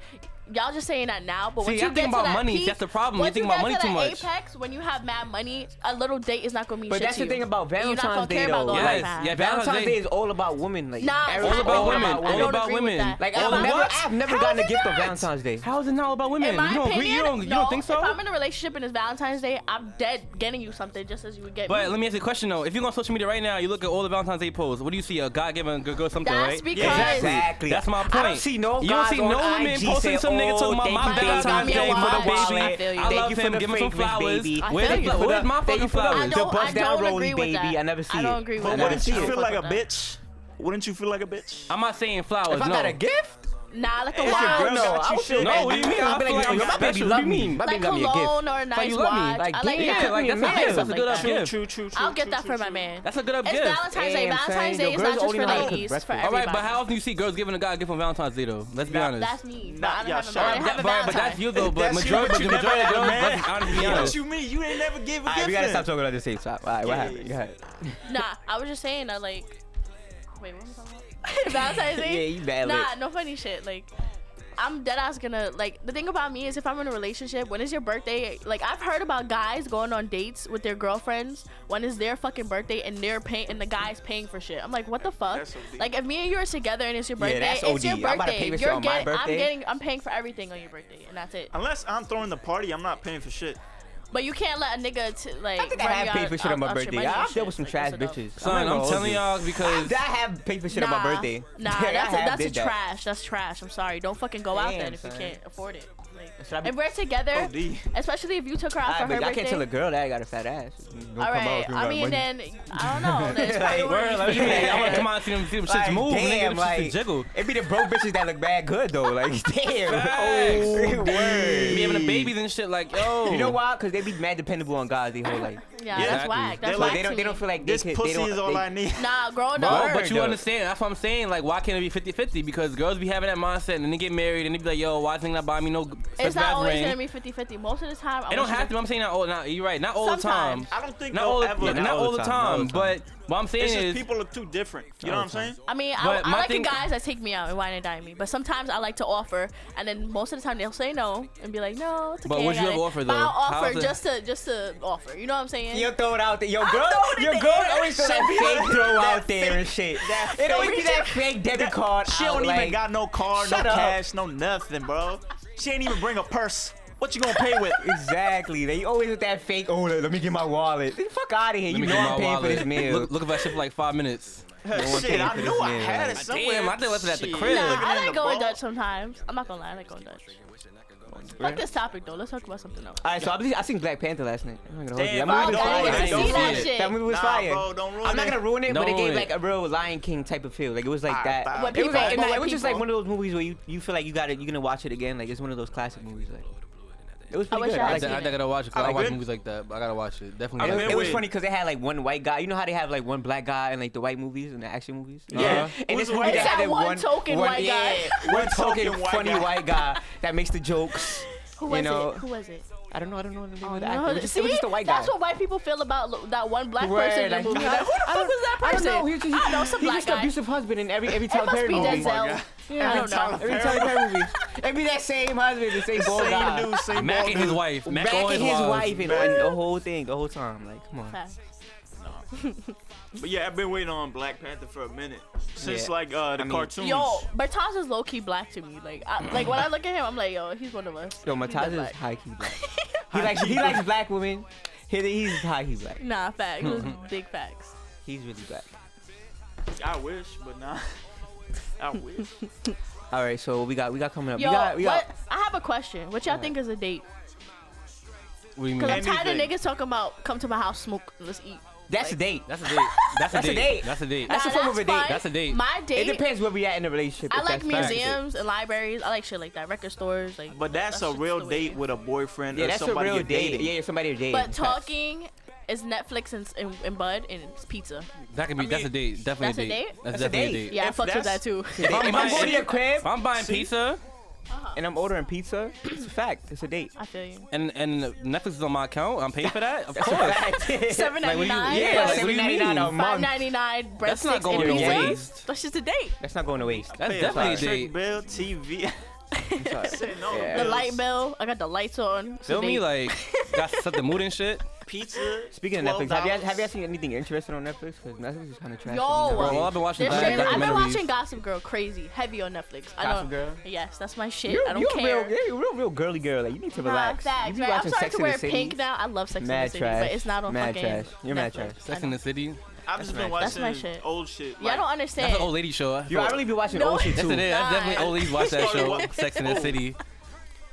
y'all just saying that now. But when
See,
you
y'all
get
think
to
about
that
money,
peak,
that's the problem. You
once
think
you
about
get
money
to
too
that
much.
apex, when you have mad money, a little date is not gonna mean
But
shit
that's
to
the
you.
thing about
And you're not
Valentine's
gonna
Day,
care about
though.
going
Yes,
back.
yeah,
Valentine's
Valentine's-
Day is all about women. Like,
Nah, it's
everything's
not
about
all
women.
I
All
don't
about
agree with
women.
that.
Like
All
I've
about-
never,
what?
I've never
How
gotten
is
a
it
gift on
not?
Valentine's Day.
How is it not about
In
women?
my
You don't,
opinion,
agree, you don't, you
no,
don't think so?
If I'm in a relationship and it's Valentine's Day, I'm dead getting you something just as you would get me.
But let me ask you a question though. If you go on social media right now, you look at all the Valentine's Day posts. What do you see? A guy giving a girl something,
That's
right?
because-
Exactly.
That's my point.
I don't see no
You don't
guys
see
on
no women
IG say,
posting some nigga talking
"Oh,
about
thank
my
you, baby.
Valentine's
Got me
Day
a
for the
wallet."
baby.
I feel you.
I
Thank
love
you for
him.
the
Give him some
fragrance,
flowers.
baby. I
Where's
feel you.
the-
For
Where's
the-
my
thank you
fucking
for the-
I
flowers?
the
don't,
bust
I
down
don't
rolling,
agree with
baby.
that.
I never see
I don't
it.
agree with
But
that.
wouldn't you
I don't
feel
fuck
like a
with that.
bitch? Wouldn't you feel like a bitch?
I'm not saying flowers.
If I
no.
got a gift,
Nah, like a
It's your
wild
girl
no,
got
I
you
would feel
shit.
No, what do you mean?
I'll be
I feel
like,
like
yo,
I'm
my baby
special.
love
What do you
me.
mean?
My
Like
baby got me a
cologne
gift.
or a nice
you love me.
watch.
Like,
I like
yeah, like,
that.
that's
I
a
like
gift.
stuff
That's a
like
good
that.
idea.
True,
gift.
true, true,
I'll
true,
get
true,
that for
true,
my
true.
man.
That's a good up
It's
gift.
Valentine's Day.
Yeah, I'm
Valentine's
saying, yo, girls
Day is not just
only
for
know how to cook
ladies. It's for
breakfast.
All
everybody.
right, but how often do you see girls giving a guy a gift on Valentine's Day though? Let's be honest.
That's me.
Nah,
I don't
yeah,
have a
shut
man. I
up.
have
That-
a
but, but that's
Valentine.
you though. But
That's you, but
majority,
you
the
never
majority of
had a
girls,
man.
let's be honest, be
What
honest.
you mean? You ain't never give a
All right,
gift.
we gotta
then.
stop talking about the same time. All right, what
Yeah,
happened? Go
yeah.
ahead.
Nah, I was just saying that like.
<laughs>
Wait, what was I talking about? Valentine's Day.
Yeah, you valid.
Nah, no funny shit. Like, I'm dead ass gonna like. The thing about me is if I'm in a relationship, when is your birthday? Like, I've heard about guys going on dates with their girlfriends when it's their fucking birthday and they're paying and the guy's paying for shit. I'm like, what the fuck?
That's OD.
Like, if me and you are together and it's your
Yeah,
birthday,
that's
it's your
OD. I'm about to
birthday.
pay for shit
You're
on my
getting, I'm
birthday.
getting, I'm paying for everything on your birthday, and that's it.
Unless I'm throwing the party, I'm not paying for shit.
But you can't let a nigga t- like.
I think I
run
have
you
paid
out-
for shit on
out
my
your
birthday.
money and
I've dealt with
shit.
some
Like,
trash
listen up.
bitches.
Son,
not
I'm
gonna
telling
hold
y'all because
you. I have paid for shit on my birthday. <laughs>
Nah,
I
that's, a,
have
that's a
did that.
trash. That's trash. I'm sorry. Don't fucking go out
Damn,
then if you
son.
can't afford it. Like,
Should I be-
if we're together,
OD.
especially if you took her
All
out
right,
for her
but I can't
birthday.
tell a girl that I got a fat ass. Don't
all right. I mean, then I
<laughs>
don't know. Then it's probably
Word, like, what you mean? I want to come out and see them, see them shits move,
damn,
nigga.
like
Like, jiggle.
it be the broke bitches that look bad good though.
<laughs>
Like damn, <laughs> oh,
Be having a
word.
babies and shit like, yo.
You know why? Because they be mad dependable on guys they whole life.
Yeah,
yeah, that's
exactly.
whack. That's
They're
Like
whack
like,
they
to
don't, they don't
me.
feel like
This
they could,
pussy
they don't,
is all
they,
I need.
Nah, grown
Bro,
up.
but you
though.
understand. That's what I'm saying. Like, why can't it be 50 50? Because girls be having that mindset and then they get married and they be like, yo, why is nigga not buying me no g-
It's
special
not
ass
always
ring?
gonna be 50-50. Most of the time, I
It don't
want you
have to. I'm saying not all. Not, you're right. Not all the time.
Sometimes.
I don't think
Not
they'll
all.
ever.
yeah, Not all the time. But what I'm
it's
saying
just
is,
people are too different. You know what I'm saying?
I mean, I,
But
I
my
like
thing-
the guys that take me out and wine and dine me, but sometimes I like to offer, and then most of the time they'll say no and be like, "No, it's okay."
But would
I
you
got
ever
it."
offer,
But
though?
I'll offer
How's it-
just to just to offer. You know what I'm saying?
You'll throw it out there. Your
I'm
girl,
throwing it
your
in
girl
there.
always throw that fake throw out there and shit. It always be
fake-
that fake debit card.
She
out,
don't
like,
even got no car, no
Shut up.
cash, no nothing, bro. She ain't even bring a purse. What you gonna pay <laughs> with?
Exactly. They always with that fake. Oh, let let me get my wallet. Fuck out of here.
let
you
me
know
get my
I'm paying for
wallet.
this meal.
Look, look at that shit for like five minutes.
Shit, I knew I had it somewhere.
Damn, I think I left it at the
Shit.
crib.
Nah,
Looking
I
in
like
the
going
ball.
Dutch sometimes. I'm not gonna lie, I like going Dutch. Fuck this topic though. Let's talk about something else.
All right, so I, believe, I seen Black Panther last night. I'm not gonna hold you.
Damn,
That
bro,
movie was fire. That movie was
don't ruin it. Don't ruin it.
Nah,
fire.
bro, don't ruin
I'm not
it.
gonna ruin it,
Don't
but it
ruin
gave
it.
like a real Lion King type of feel. Like it was like
Ah,
that.
bah.
What
It was,
people-
like, and
but
it
what
was just like
people-
one of those movies where you, you feel like you got it. You're gonna watch it again. Like it's one of those classic movies. Like It was
I
pretty
wish
good. I
I had
I,
liked
seen
think-
it.
I, think I gotta watch it. 'cause I
I
don't watch
good?
movies like that, but I gotta watch it. Definitely.
I
gotta
mean,
watch
It
it.
was
wait.
funny because they had like one white guy. You know how they have like one black guy in like the white movies and the action movies. Uh-huh.
Yeah.
In this
Who's the
movie,
white
they had
guy?
It's that
that
one token white guy.
yeah, one token funny white guy that makes the jokes.
Who
You
was
know-
it? Who was it?
I don't know. I don't know the name
Oh,
of the
no,
actor. It was just, it was
see?
just a white guy.
That's what white people feel about lo- that one black
Right,
person in the
like,
movie.
he's
Like,
like,
who the fuck is that
I don't
person?
know. He was just,
I know some
he's
black
just
guy.
abusive husden's in every every
It
Tyler
must
Perry
be
movie.
Denzel. I don't know.
<laughs> Every Tyler Perry movie. Every that same husband, the same bald guy.
Same dude, same
Mac
bald
and his
dude.
wife. Mac
Back at
always
his
was.
wife and, and the whole thing, the whole time. Like, come on.
Facts.
<laughs> But yeah, I've been waiting on Black Panther for a minute since
Yeah.
like uh, the
I mean-
cartoons.
Yo, Bertaz is low key black to me. Like, I, like when I look at him, I'm like, yo, he's one of us.
Yo,
He's
Mataz is
black.
high key
<laughs>
black. He likes he likes black women. He, he's high key black.
Nah,
<laughs>
facts. Those big facts.
He's really black.
I wish, but nah. <laughs> I wish.
All right, so what we got we got coming up.
Yo,
we got we
what?
got.
I have a question. What y'all think is a date?
What do you
Because
mean?
I'm tired of
Anything.
niggas talking about come to my house, smoke, let's eat.
That's a date.
That's a date. That's a
That's a
date.
date.
That's a date.
That's a form of a date.
fine.
That's a date.
My
It
date.
depends where we at in the relationship.
I
if
like
that's facts.
museums and libraries. I like shit like that. Record stores. Like,
But that's, a
just
real
the way it
date
is.
with a boyfriend
Yeah,
or
that's a
somebody
real
you're
date.
dating.
Yeah, somebody you're dating.
But
Facts.
talking is Netflix and, and, and Bud and it's pizza.
That can be. that's a date. Definitely
That's a date?
That's,
That's a
definitely
date.
a date.
Yeah, I
If
fucks with
that's-
<laughs>
that too. <laughs>
If I'm,
buying-
going to your crib
If I'm buying pizza
and I'm ordering pizza, it's a fact. It's a date.
I
<laughs>
feel you.
and and Netflix is on my account, I'm paying for that. Of
That's a
course.
fact.
<laughs> Seven ninety
Like, what you-
nine.
yeah,
like,
like,
what do you mean?
$7.99 a
Five
month.
ninety nine
That's not
breadsticks
going
and
to
pizza.
waste.
That's just a date.
<laughs> That's not going to waste.
That's
Pay
definitely a
electric
date.
bill, TV.
Sorry.
Said no
Yeah.
The
bills.
light bill. I got the lights on. It's a
Feel me?
date.
Like got to set the mood and shit.
Pizza.
Speaking of Netflix, have you,
$12.
have you seen anything interesting on Netflix? Because Netflix is kind of trash.
Yo.
Bro, all I've been watching
This
bad
shit, I've been
documentaries.
watching Gossip Girl crazy, heavy on Netflix. I
Gossip
know.
Girl?
Yes, that's my shit.
You're,
I don't
you're
care.
Real, you're a real, real girly girl. Like you need to
Nah,
relax.
facts,
you be
right?
watching
I'm starting
Sex
to
in
wear
the City.
pink now. I love Sex in
Mad
the City,
trash.
but it's not on
Mad
fucking
trash. You're mad
Netflix.
trash.
Sex in the City.
I've just been
That's
watching
my shit.
old shit.
Yeah, I don't
like-
understand.
That's an old lady show.
Yo, I
I forgot.
really be watching
No,
old shit
That's
too.
it. is. I
God.
definitely old ladies watch that show.
What?
Sex in the City.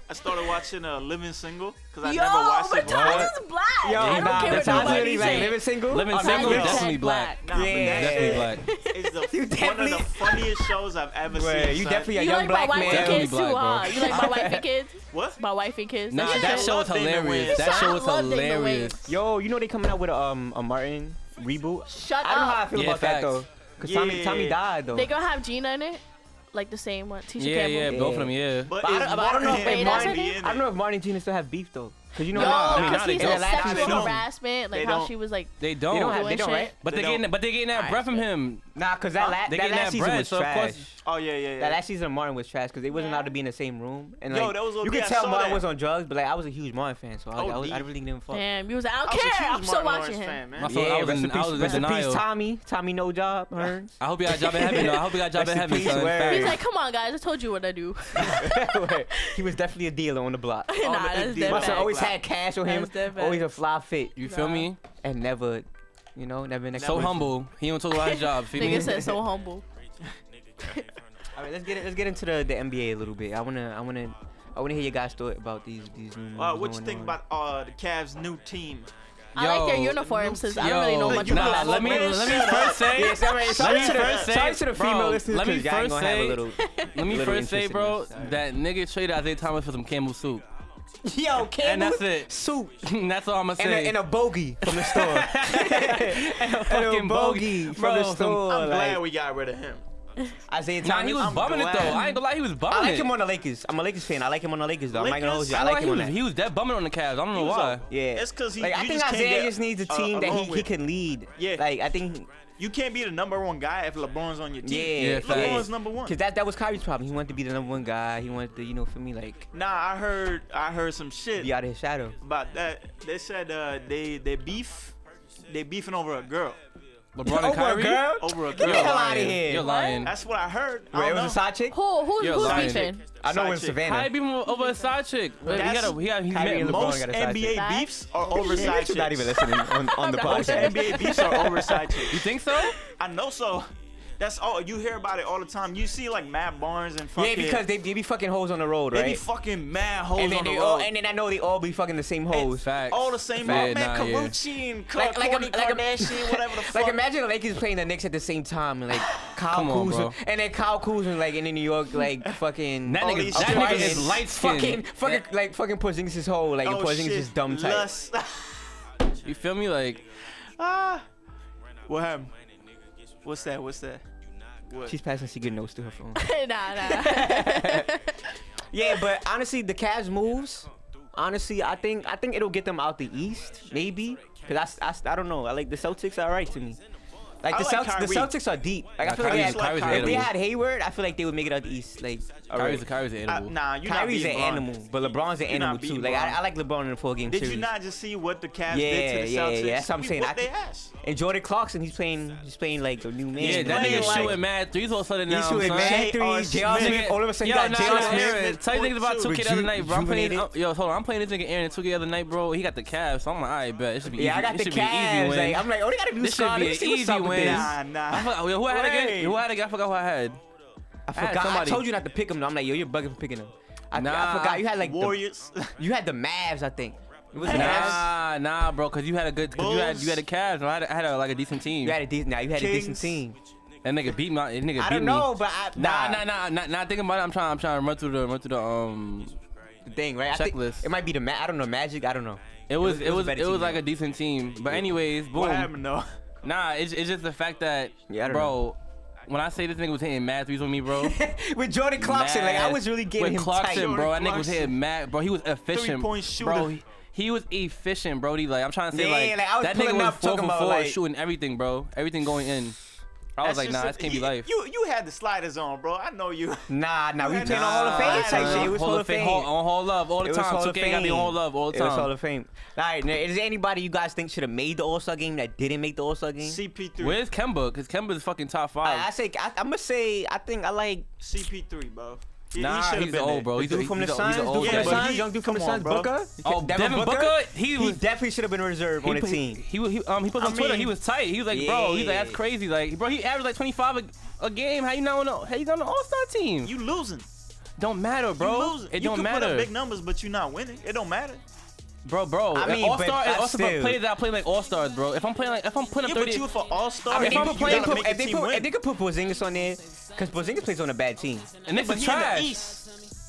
I started watching uh, Living Single because I
Yo,
never watched
but
it.
Taj is black.
Yo,
I don't
nah,
care what
that's
nobody
really like
say.
living single.
Living
Oh,
Mad
single,
nah,
Trash,
definitely black.
Nah, but
Yeah.
that
Definitely black.
is the,
<laughs> You
one of
definitely-
the funniest shows I've ever
Bruh,
seen.
you
son.
definitely a
You
young
like my
black
wife and
Definitely
man.
kids
black,
too, huh?
bro.
You like my wife and kids?
What?
My wife and kids.
Nah,
That's
that
shit.
show is
Love Damon
hilarious.
Wayans.
That
I
show is
love Damon
hilarious.
Wayans.
Yo, you know they coming out with a um a Martin reboot.
Shut
I don't know how I
up.
feel
Yeah,
about
facts.
that though. Cause Tommy
Yeah.
Tommy died though.
They gonna have Gina in it, like the same one. Tisha
Yeah,
Campbell.
yeah, both of them, yeah.
But,
But I
is
don't- but I don't know
Martin
if
and
that's her
Marty
name?
in
I don't
it?
know if Martin and Gina still have beef though. Cause you know
Yo,
how-
I mean,
because
now they
he's
don't.
in
Now they
sexual
don't.
harassment, like
They
how
don't.
she was like
They don't.
they don't have
doing
they don't
shit.
right.
But they
They
getting
don't.
but they getting that breath from him.
Nah, cause that, la-
They
that
getting
last
that
season
bread,
was
so of
trash.
course-
Oh yeah, yeah, yeah.
That last season of Martin was trash because they wasn't
Yeah.
allowed to be in the same room. And
Yo,
like,
that was
you
OD,
could
I
tell
saw
Martin
that.
was on drugs, but like I was a huge Martin fan, so I, I, was,
OD.
I really didn't fuck.
Damn, he was out
I Oh, was a
care.
huge
I'm still
Martin Lawrence
watching him.
fan, man.
My fault, I was
rest
in- I
peace-
was in
rest
denial.
peace, Tommy. Tommy, no job. Hearns.
<laughs> I hope you got a job in heaven. though. I hope you got a job
Rest
in
in
heaven,
peace,
son.
word.
Facts.
He's like, come on, guys, I told you what I
<laughs>
do.
<laughs>
<laughs>
<laughs>
Wait, he was definitely a dealer on the block.
nah,
the big
that's dead
deal.
My
facts.
son always had cash on him.
That's dead
Always a fly fit,
You feel me?
and never, you know, never. Next
So humble. He don't talk about his job. Feel me?
Nigga
<laughs>
said so humble.
All right, let's get it, let's get into the, the NBA a little bit. I wanna I wanna I wanna hear your guys' thought about these these. new
Uh,
moves
what you
going
think
on.
about uh, the Cavs' new team?
I like their
Yo,
uniforms since I
Yo,
don't really know much
you
about
nah,
it.
let me
Man, shut
let me
up.
first say.
Yeah, sorry, sorry
me
to the,
first say-
sorry to the
bro,
female listeners.
let me
'cause y'all ain't
first
gonna have
say-
a little.
<laughs> Let me
Little
first say,
interest in
bro,
this, sorry.
that nigga traded Isaiah Thomas for some Campbell soup.
Yo, Cam,
And that's it.
Soup
that's all I'm
and
gonna say.
a, and a bogey from the store. and a
fucking bogey.
from
Bro,
the
some-
store.
I'm glad
Oh, like,
we got rid of him.
Isaiah
nah,
Thomas.
he was
I'm
bumming it though.
glad.
I ain't gonna lie, he was bumming
I like
it.
him on the Lakers. I'm a Lakers fan. I like him on the Lakers. Though. I'm not gonna hold you. I
I
like him
he
on
was,
that.
he was dead bumming on the Cavs. I don't know
He was
why.
a-
Yeah.
It's 'cause he-
Like, I
you
think
just can't
Isaiah
get
just needs a
a-
team that
along
he, he
with.
can lead.
Yeah.
Like I think
You can't be the number one guy if LeBron's on your
yeah.
team.
Yeah, facts.
LeBron's number one.
Cause that that was Kyrie's problem. He wanted to be the number one guy. He wanted to you know for me like
Nah, I heard I heard some shit
be out of his shadow.
about that. They said uh, they they beef, they beefing over a girl,
LeBron and Kyrie.
over a
Oh Get the
girl.
hell out of here.
You're lying.
That's what I heard. I
Wait, it
don't
was a
know.
side chick.
<laughs> Who who's
You're
who's
lying.
beefing? <laughs>
I know it was
Side chick.
Savannah.
How you beef him over a side chick? But he
That's-
got a he got he
Kyrie
met
and LeBron
Most
got a side
NBA
chick.
beefs are over
You're
side
<laughs>
chicks.
not even listening on, on the
I'm not
Most
podcast. <laughs>
listening.
NBA beefs are over side
You
chicks.
think so?
I know so. That's all you hear about it all the time. You see like Matt Barnes and fucking
Yeah, because they, they be fucking hoes on the road,
they
right?
be fucking mad hoes
and then
on the
they
road.
all, and then I know they all be fucking the same hoes.
Oh, Facts.
all the same, man.
Yeah, nah, yeah.
Karuchi and Ka-
Like- like a-
Kourtney
like a- <laughs>
Kardashian, whatever the fuck.
Like imagine the Lakers playing the Knicks at the same time, and like Kyle
Come on,
Kuzma,
bro.
and then Kyle Kuzma like in New York, like fucking.
That
all
nigga-
these
that
shit.
nigga is light-skinned.
Fucking, fucking, like fucking Porzingis' whole, like and
oh,
Porzingis'
shit.
dumb type.
Lust. <laughs>
You feel me? Like
ah. What happened? What's that? What's that?
She's passing secret notes to her phone.
<laughs>
nah, nah.
yeah, but honestly, the Cavs moves. Honestly, I think I think it'll get them out the East, maybe. Cause I s- I, s- I don't know. I like the Celtics are right to me. Like
I
the,
like
Celtics, the
Kyrie.
Celtics are deep. Like I
Nah,
feel like,
Kyrie's-
they had-
Kyrie's an
if they
animal. Oh,
had Hayward, I feel like they would make it out the East. Like all right.
Kyrie's, Kyrie's an
Uh,
animal.
nah, you not
Kyrie's an
beating LeBron.
animal, but LeBron's an
You're not
animal too.
beating
Like
LeBron.
I, I like LeBron in a four game
Did
series.
you not just see what the Cavs did to the
Yeah, yeah,
Celtics?
yeah, that's what I'm
we
saying.
whooped
I-
their ass.
And Jordan Clarkson, he's playing, he's playing like a new man.
yeah, that
playing
nigga
like-
shooting mad threes all of a sudden now.
He's shooting
son.
mad
J.R.
threes. J.R.
Smith.
Smith. All of a sudden,
Oh, Yo,
you
nah,
got J.R.
nah,
Smith.
Aaron, tell you niggas about 2K the other night, bro. I'm playing, I'm, yo, hold on, I'm playing this nigga Aaron 2K the other night, bro. He got the Cavs, so I'm like, alright, bet. It should be
Yeah,
easy.
I got
it
the
should be an easy
Cavs.
win.
Like, I'm like, oh, they got to do
This should
Scott.
be
Let me
an
see what's
easy
up with
win.
this.
Nah,
I
nah.
forgot, yo, who I had
Wait.
again? Who I had again? I forgot who I had.
I forgot.
somebody.
I told you not to pick him. Though. I'm like, yo, you're bugging for picking him. I,
Nah,
I forgot. You had like the,
Warriors. <laughs>
you had the Mavs, I think. It was Mavs.
Nah, nah, bro, cause you had a good, cause you had you had a Cavs, bro. I had, I had a, like a decent team.
You had a decent. Now you had a decent
Kings.
team.
That nigga beat my, that nigga
I
beat
don't
me.
know, but I,
Nah, nah, nah, nah, nah. Thinking about it, I'm trying, I'm trying to run through the, run through the, um.
The thing, right? I think
Checklist.
it might be the. Ma- I don't know. Magic. I don't know.
It was, it was,
a
it
better
was,
team
like
than
a decent team. But anyways, boom.
what happened though?
Nah, it's, it's just the fact that,
Yeah, I don't
bro. When I say this nigga was hitting mad threes on me, bro.
<laughs> with Jordan Clarkson. Like I was really getting
with
him
Clarkson,
tight.
bro. That
Jordan
nigga was
Clarkson.
hitting mad, bro. He was efficient,
Three-point shooter.
bro. He, he was efficient, bro. He, like I'm trying to say,
Yeah,
like,
like, I was
that
pulling
nigga was
up,
four
talking
for
about,
four,
like-
shooting everything, bro. Everything going in. I was like, nah, this can't be life.
You you had the sliders on, bro. I
<laughs>
know you.
Nah, nah. We
Nah,
playing on Hall of Fame
nah,
type shit. It was Hall of Fame.
Hall, on Hall of Love all the
It was
time.
Hall
2K
of Fame.
got me on Hall of Love all the
It was
time.
Hall of Fame. All right, now, is there anybody you guys think should have made the All Star game that didn't make the All Star game?
CP3.
Where's Kemba? Because Kemba's fucking top five.
I, I say I, I'm gonna say I think I like
CP3, bro. He-
nah,
he should
he's
have been
old,
there.
bro. He's,
dude
he's
from
he's
the
a-
Suns,
he's an
dude
old
from the
guy.
head.
Yeah, but
Suns,
he-
young dude from the
come on,
Suns,
bro.
Booker.
Oh, Devin Booker? He
He,
was-
definitely should have been a reserve on the
put-
team.
He, he, um, he put
I
on Twitter.
mean-
He was tight. He was like, bro, he's like, that's
Yeah.
crazy. Like, bro, he averaged like 25 a, a game. How you not on the, how you not on the All Star team?
You losing.
don't matter,
you
bro.
losing.
It
you
don't
can Put up
matter,
big numbers, but you not winning. It don't matter.
bro, bro.
I mean,
All Star
but
is
I
also for
still-
players that I play like All Stars, bro. If I'm playing like if I'm putting
Yeah,
up 30,
but you for All Star.
I mean,
If,
if
they
you
could play-
gotta
put-
make
if
a
they
team
put,
win.
if they could put Porzingis on there, because Porzingis plays on a bad team.
and this
but
is
he in the
trash.
East.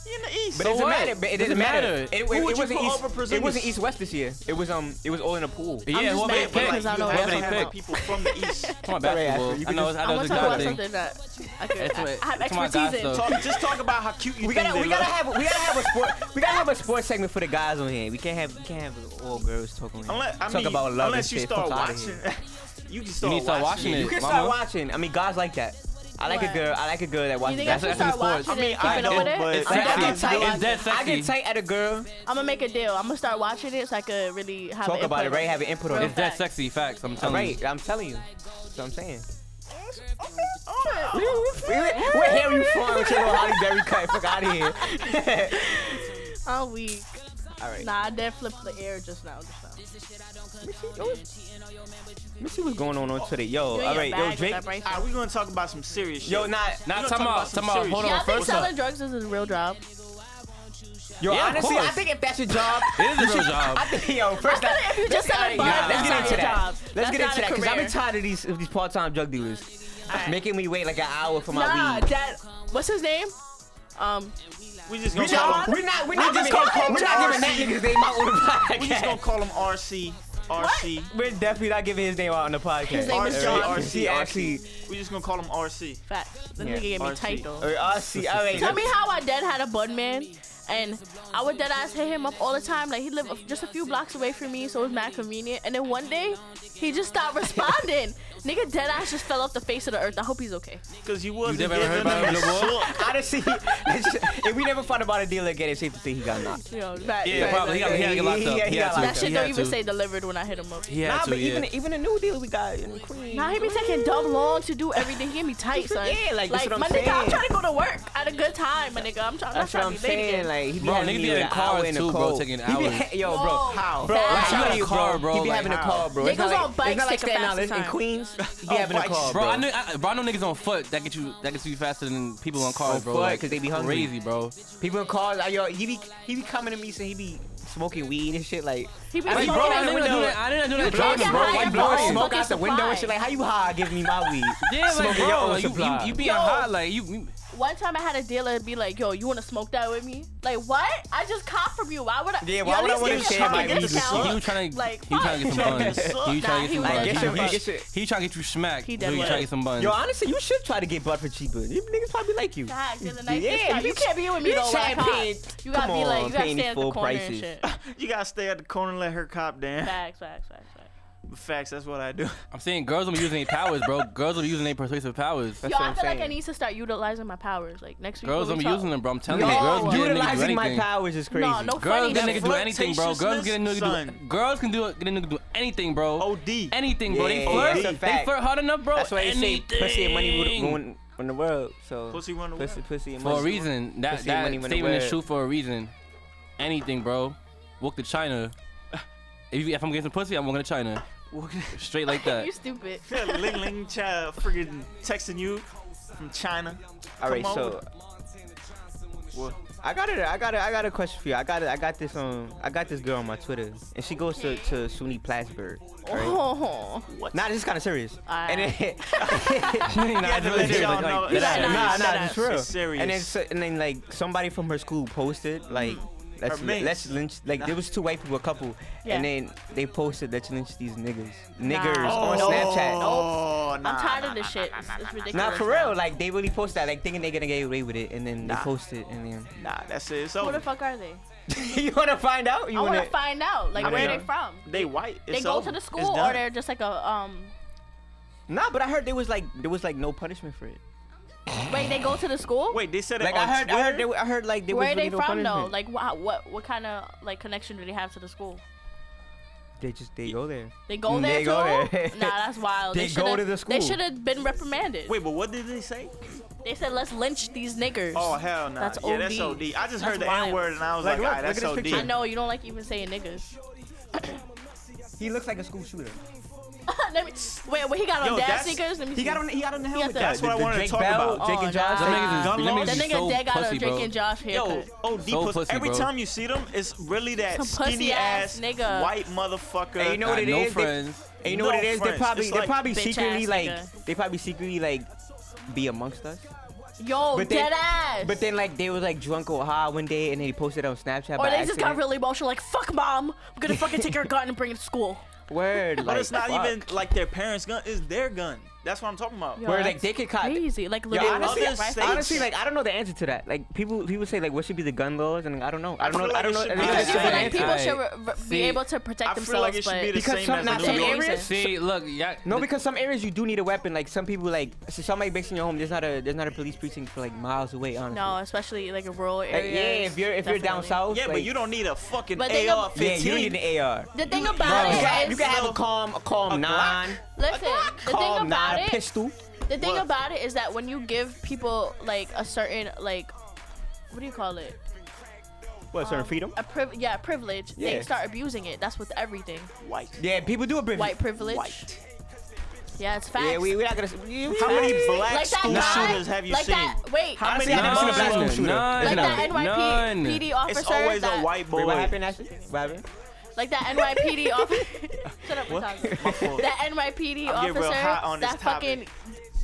He in the East.
But it
So
doesn't
what?
matter. But it doesn't
Doesn't
matter.
matter.
It, it,
Who would
it
you
wasn't
put
East.
over Porzingis?
It wasn't East West this year. It was um. It was all in a pool.
Yeah,
just
whoever
mad
they
because
pick,
I
whoever
know
they
Anthony
You have to have
pick.
people from the East.
<laughs>
It's my
Sorry,
basketball.
Ashley, you
I
can
know
just-
it's- I
I'm
know
gonna
it's a
talk about
God thing.
something that I, could,
That's what-
I have
it's my
expertise
guy
in.
stuff.
Talk, just talk about how cute you
We
think
gotta,
they
we gotta
look.
have, we gotta have a sport, we gotta have a sports segment for the guys on here. We can't have, we can't have all girls talking.
Unless, I
talk
mean,
about love
unless
and
you
shit.
start
Fuck outta
watching.
here.
<laughs> you can
You
start
need to
watching.
start watching
it.
You
it.
can
mama.
start watching. I mean, guys like that. I like a
What?
girl. I like a girl that
You
watches.
think I
basketball.
should
That's-
start
that's in sports.
watching
<laughs> I mean, I
it and keeping up
know,
with it?
but-
It's
I'm
I
definitely-
get
sexy.
tight.
It's that
I get
sexy.
tight at a girl.
I'm gonna make a deal. I'm gonna start watching it so I could really have
Talk
an
about it,
input.
right? Have an input on
Real
it.
It's that
Facts.
sexy. Facts. I'm
All
telling you.
right, I'm telling you. That's what I'm
<laughs>
saying.
Oh,
Where hair you from with your little Holly Berry cut? Fuck out of here.
I'm weak.
All right.
Nah, I did flip the air just now. Just
<laughs>
now.
Let me see what's going on on today. Yo,
You in
Oh, all
your
right,
bag
yo,
with
Drake.
that bracelet.
All right, we're gonna talk about some serious
Yo,
shit.
not
Nah,
You
time
talking about
out.
some
Time out.
serious
Hold
shit.
Y'all
on.
think
First
selling
up,
drugs is a real job?
Yo,
Yeah, of
honestly, I
course.
think if that's your
<laughs>
job,
it is a real job.
I think yo, first
I thought if you just
let's-
sell
all right,
bars,
nah,
that's
let's get
not
into
your
that.
job.
Let's
That's
get
not
into
a
that because I've been
career.
tired of these of these part-time drug dealers
Alright.
making me wait like an hour for my
Nah,
weed.
that. What's his name? Um,
we just
We
gonna call
not,
him.
we not, we not
I'm just
giving,
gonna call
we're
him
not giving that nigga's name out on the podcast.
We just gonna call him RC. RC.
We're definitely not giving his name out on the podcast.
His name is
RC,
John.
RC,
RC, actually,
We just gonna call him RC.
facts. This
Yeah,
nigga gave me
RC.
tight though.
or RC. All right,
Tell me how I dead had a bud man, and I would dead ass hit him up all the time. Like he lived a- just a few blocks away from me, so it was mad convenient. And then one day, he just stopped responding. <laughs> Nigga, dead ass just fell off the face of the earth. I hope he's okay.
Cause you wasn't
never heard
giving him
about
<laughs>
him in the war?
shit.
honestly, it's just- if we never found about a dealer again, it's safe to say he got knocked.
You know, facts,
Yeah,
facts.
probably. He got, he got to get locked up.
Yeah, he got
He had to.
locked
That shit
He
don't
had
even
to.
say delivered when I hit him up.
He had
Nah,
to,
but
yeah.
even even a new dealer we got in Queens.
Nah, he be taking dumb long to do everything. He get me tight, son.
Yeah, like, that's what I'm
my nigga, I'm
saying.
trying to go to work at a good time, my nigga. I'm, try- I'm not
That's what
trying
I'm
to be late
saying.
again.
Like he be
Bro,
having
niggas
me
be
with
in
an hour
cars
in the
too, bro,
cold.
taking
He be-
hours.
Yo, bro,
Whoa.
how?
Bro,
Like,
that's
how
not
do
a
you,
car, bro,
He be
like,
having a
how?
car, bro. It's
Niggas
not
on
like,
bikes
it's not like
take a
Staten
faster
Island in
time.
Queens. He be having a
bikes.
car,
Bro, I
bro.
know, I, bro, I know niggas on foot that get you that gets you faster than people on cars,
On
bro.
foot,
like,
'cause they be hungry.
Crazy, bro.
People in cars, I, yo, he be he be coming to me saying he be smoking weed and shit like.
He be
I
Like,
be
bro,
smoking
blowing
out the
I
out
didn't do
window.
that. I didn't do that.
can't
Driving,
get
bro.
high
Like,
and
bro.
blowing
Fucking
smoke out the
supply.
window and shit like, how you high giving me my weed?
<laughs> Yeah, like,
Smoking your
bro,
own
you, you,
supply.
you be
Yo.
on hot, like, you, you
One time I had a dealer be like, "Yo, you want to smoke that with me?" Like, what? I just cop from you. Why would I?
Yeah,
Yo,
why
at
would I
least
wanna
give me a
share
fucking
my weed with
discount.
you?
he was trying to,
Like,
he was trying to get some
fuck.
buns.
<laughs>
He was
Nah,
trying to
he
get some
was
buns.
Get your-
He was-
get your-
He was trying to get you smacked.
He
He
dead
was
was.
trying to get some buns.
Yo, honestly, you should try to get butt for cheaper. You Niggas probably like you.
God, get a nice
Yeah,
discount.
you
You can't be with me
you
though.
can't
Like, hot.
pay-
you gotta
come
be like,
on,
you gotta
paying
stand at the
full
corner and
prices. <laughs>
shit.
You gotta stay at the corner and let her cop down.
Facts, facts, facts, facts.
Facts, that's what I do.
I'm saying girls will be using their powers, bro. Girls will be using their persuasive powers.
That's
Yo,
what
I
I'm
feel like I
saying.
need to start utilizing my powers. Like next week.
Girls
when
don't
we
be
talk-
using them, bro. I'm telling
Yo,
you, girls get a nigga do
utilizing my
anything.
powers is crazy.
No, no
Girls
funny.
get a
though.
nigga do anything, bro. Girls get a nigga do.
Son.
Girls can do get a nigga do anything, bro.
OD.
anything, bro. They
Oh, Yeah,
flirt.
that's a
They
fact.
flirt hard enough, bro.
That's why they say
anything.
pussy and money would ruin on the world. So
Pussy run away.
pussy, pussy and money.
for a reason. That
Pussy and
that
money when they
statement is
wear.
true for a reason. Anything, bro. Walk
<laughs>
to China. If, you, if I'm getting some pussy, I'm walking to China. <laughs> Straight like
<laughs>
that.
You stupid.
<laughs>
Ling Ling Cha friggin' texting you from China.
All right,
Come
so
What?
I got it. I got it. I got a question for you. I got it. I got this. Um, I got this girl on my Twitter, and she goes to to SUNY Plattsburgh. Right?
<laughs> Oh,
Nah, this is kind of serious.
Ah.
and then, <laughs>
Nah,
to
it's
let
really
y'all
like-
know.
like
He's
that.
like,
nah,
Nah,
nah,
shut
this
up.
real.
It's serious. Mm.
And then, so- and then like somebody from her school posted like. Let's,
Her mates.
let's lynch like there was two white people a couple
Yeah.
and then they posted let's lynch these niggas
Nah.
niggers on
Oh,
Snapchat
Oh, nah,
I'm tired
nah,
of this shit. It's, it's ridiculous.
Nah, for real. Like they really post that, like thinking they gonna get away with it, and then
Nah.
they post it, and then
Nah, that's it. It's
Who the
over.
fuck are they?
<laughs> you wanna find out? You
I want
wanna?
to find out. Like,
I
where
mean,
they from?
They white.
They
It's
go
over.
to the
It's
school, or
done.
they're just like a um.
nah, but I heard there was like there was like no punishment for it.
Wait, they go to the school.
Wait, they said it
Like
on
I heard, I
Twitter?
heard, there, I heard like there
where are
was really
they
no
from
punishment.
though? Like, what, what, what kind of like connection do they have to the school?
they just they go there.
They go there
They
too.
go there.
<laughs> nah, that's wild.
They go
shoulda-
to the school.
They should have been reprimanded.
Wait, but what did they say?
They said let's lynch these niggers.
Oh hell no.
That's
yeah, that's OD.
OD.
I just
That's
heard the
wild.
N word and I was
Like,
like,
look,
alright,
look at
that's
this
OD.
picture.
I know you don't like even saying niggas.
He looks like a school shooter.
<laughs> Let me- wait, wait, he got on
Yo,
dad
that's-
sneakers. Let me
He
see.
got on, he got on the helmet.
the-
though.
That's
The-
what I
the
wanted to
Drake
talk
Bell,
about.
Jake and
Oh,
Josh.
nah.
Them niggas
Gun
is- them
laws.
niggas
That
is
nigga
so
dad got
pussy,
a Drake
bro.
and Josh
Yo,
haircut.
OD
So
pussy.
pussy,
Every
bro.
time you see them, it's really that
Some pussy
skinny
ass
ass,
nigga.
white motherfucker.
Hey, you know what
Got
it
no
is? They-
friends.
<laughs> And you know
No
what it is? They
friends.
probably,
It's
they
like-
probably
Bitch
secretly
ass
like,
nigga.
they probably secretly like, be amongst us.
Yo,
But they-
dead ass.
But then like they was like drunk or high one day, and then he posted on Snapchat.
or
by
they just got
accident.
really emotional, like fuck mom. I'm gonna fucking take her gun and bring it
<laughs>
to school.
Word.
But it's not
fuck.
even like their parents' gun. It's their gun. That's what I'm talking about.
Yo,
Where like
that's
they could cop.
crazy. Like
Yo,
literally,
honestly,
other states-
honestly, like I don't know the answer to that. Like people, people say like what should be the gun laws, and I don't know. I don't know.
feel like
I don't
it
know.
should
I
be
don't know
the
because you feel
the
like
answer.
people
Alright.
should re- re- be
See,
able to protect
I feel
themselves.
like it should
but
be the
Because
same
some-
as
not
the
some
New York.
areas-
See, look, yeah.
No, because some areas you do need a weapon. Like some people, like so somebody based in your home, there's not a there's not a police precinct for like miles away. Honestly.
no, especially like a rural
Like,
area.
yeah, if you're if you're down south.
Yeah, but
like-
you don't need a fucking
But they
AR-15.
don't-
Yeah, you don't need an AR.
The thing about
Bro, you,
it
can,
is,
you can have a calm a calm nine,
listen. The thing
calm
about
nine
it,
pistol.
The thing
What?
about it is that when you give people like a certain like what do you call it?
What certain freedom?
A priv- yeah, privilege.
Yeah.
They start abusing it. That's with everything.
White.
Yeah, people do a bit.
White privilege.
White.
Yeah, it's facts.
Yeah, we we're not gonna. we-
How many
we-
black
like that
school
guy,
shooters have you
like
seen?
That, wait,
How many
many
have
of
you seen a
those
black school
are-
shooter?
None.
like that
None.
NYPD PD officer.
It's always
that,
a white boy.
Wait, what happened, Ashley? What happened?
Like that
<laughs>
NYPD officer. Shut up, Natasha.
My fault.
That NYPD
I'm getting
officer
real hot on this
that fucking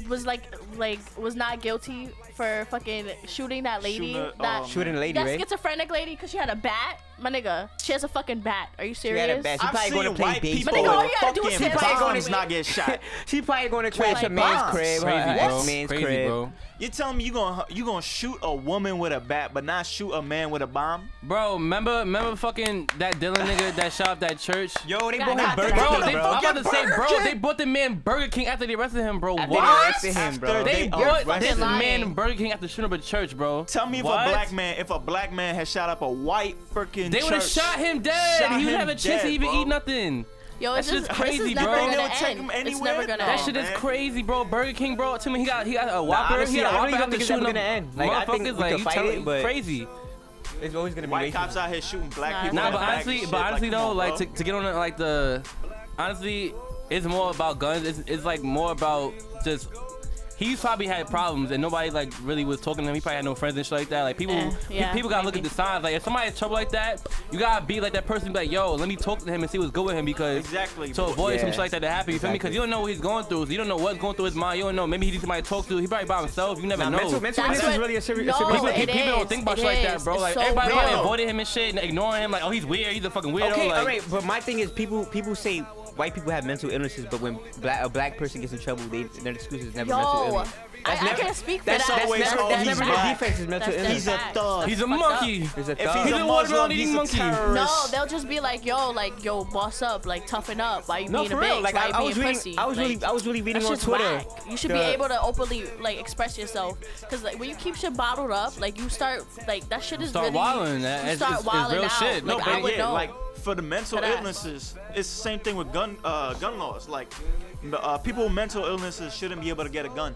was like like was not guilty for fucking shooting that lady.
Shooting a-
that
oh,
Shooting a lady,
That
right?
schizophrenic lady, because she had a bat. My nigga, she has a fucking bat. Are you
She
serious?
had a bad. She
I've
probably
seen
going to play
white people
But nigga,
baseball.
all
with
you gotta do is
fucking
sit
down
bombs
with-
not get shot.
She probably going to
Wait,
crash her man's
bombs.
crib.
Crazy,
her
bro.
ex man's
Crazy,
crib.
bro.
<laughs> You telling me you gonna you gonna shoot a woman with a bat, but not shoot a man with a bomb?
Bro, remember, remember, fucking that Dylan nigga that shot up that church.
Yo, they bought
Got caught
him Burger
today.
Bro,
King,
they,
bro.
I'm about to say,
Burger
bro,
King.
they bought the man Burger King after they arrested him, bro.
After
What?
They arrested him, bro.
After
They
They
bought
arrested
this
him.
man Burger King after shooting up a church, bro.
Tell me if
What?
a black man, if a black man had shot up a white freaking
They would have shot him dead.
Shot
he would
him
have a chance to
dead,
even
bro.
eat nothing.
Yo, it's
That
just
shit's crazy,
this is
bro.
Never gonna
They
don't take
end.
them
It's
anywhere.
never gonna
That
That
end.
shit is
man.
crazy, bro. Burger King, bro. Tell me, he got he got a Whopper.
honestly,
he got
I
a
don't
Whopper
even
after
think it's ever
shooting up
gonna end. Like, I think
motherfuckers.
we
like
could
you
fight
tell
it, but-
crazy.
It's always gonna be
White
racist.
cops out here shooting black
Nah,
people.
Nah,
in the
but
back and
honestly,
shit,
but honestly
come
though,
on,
like to,
bro.
to get on the, like the, honestly, it's more about guns. It's, it's like more about just. He's probably had problems and nobody like really was talking to him. He probably had no friends and shit like that. Like people,
Eh, yeah,
people gotta look at
maybe.
the signs. Like if somebody's trouble like that, you gotta be like that person. Be like, yo, let me talk to him and see what's good with him because
Exactly,
to
bro.
avoid some
Yeah.
shit like that to happen. You feel me? Because
Exactly.
you don't know what he's going through. So you don't know what's going through his mind. You don't know. Maybe he needs somebody to talk to. He probably by himself. You never
Nah,
know.
mental, mental
That's
illness is
what-
really a serious.
no,
serious
it
people
is.
don't think about
It
shit like that,
is.
bro.
It's
Like
so
everybody probably
real.
avoided him and shit, and ignoring him. Like, oh, he's weird. He's a fucking weirdo.
Okay,
like,
all right, but my thing is people people say white people have mental illnesses, but when black, a black person gets in trouble, they, their excuse is never mental
Yo,
illness.
I,
That's
I
never-
can't speak for
That's,
that.
that's,
always
never,
all
that's
he's
never
black.
the defense is mental
That's the
illness.
He's a
facts.
thug.
He's a
Fucked up.
He's
monkey.
a
If
thug.
he's
He's
a
a
Muslim,
watermelon
he's
eating
a
monkey.
No,
terrorist.
they'll just be like, yo, like, yo, boss up, like, toughen up. Why you
no,
being
for
a bitch?
real. Like
Why
I,
you
I
being
was reading,
pussy?
I was
Like,
really, I was really reading
That's
on
just
Twitter.
whack. You should be
the-
able to openly like express yourself, cause like when you keep shit bottled up, like you start like that shit is
Start
really,
wilding.
You
That- it's-
start
it's- it's
wilding
real
out.
shit.
Like,
No,
I would
yeah,
know.
like for the mental
That I-
illnesses, it's the same thing with gun uh, gun laws. Like the, uh, people with mental illnesses shouldn't be able to get a gun.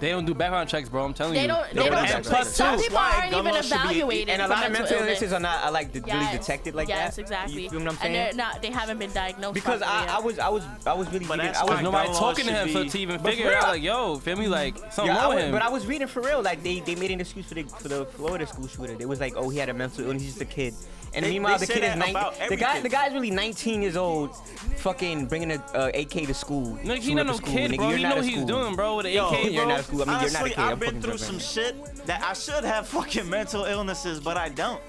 They don't do background checks, bro. I'm telling
they
you.
don't.
No,
They
but
don't.
that's
like,
plus
some
two.
people
Why
aren't
gun
even
laws should be-
evaluated.
and a
for
lot of mental illnesses are not, are like really
Yes.
detected like
yes,
that.
exactly.
You feel what I'm
And they're
saying?
not. They haven't been diagnosed.
Because
properly
I, I
yet.
was, I was, I was really
But
reading.
that's
I was
fine.
Nobody
Gun laws
talking to
should
him for
be-
to even
But
figure
for
it out.
real.
Like, yo, feel me? Like something
Yeah, I
wrong with
was,
him.
but I was reading for real. Like they, they made an excuse for the for the Florida school shooter. They was like, oh, he had a mental illness. He's just a kid. And
They-
meanwhile, the
they say
kid is
that about
19. The guy,
everything.
the guy's really 19 years old, fucking bringing a uh, AK to school.
no, he
shooting up
not
a
no
school.
kid,
Nigga,
bro.
you're
He
not
know
a
what he's
school.
doing, bro. With the
Yo,
AK,
you're
bro.
not a school. I mean,
Honestly,
you're not a kid. I'm
I've been
fucking
through some
different.
shit that I should have <laughs> fucking mental illnesses, but I don't.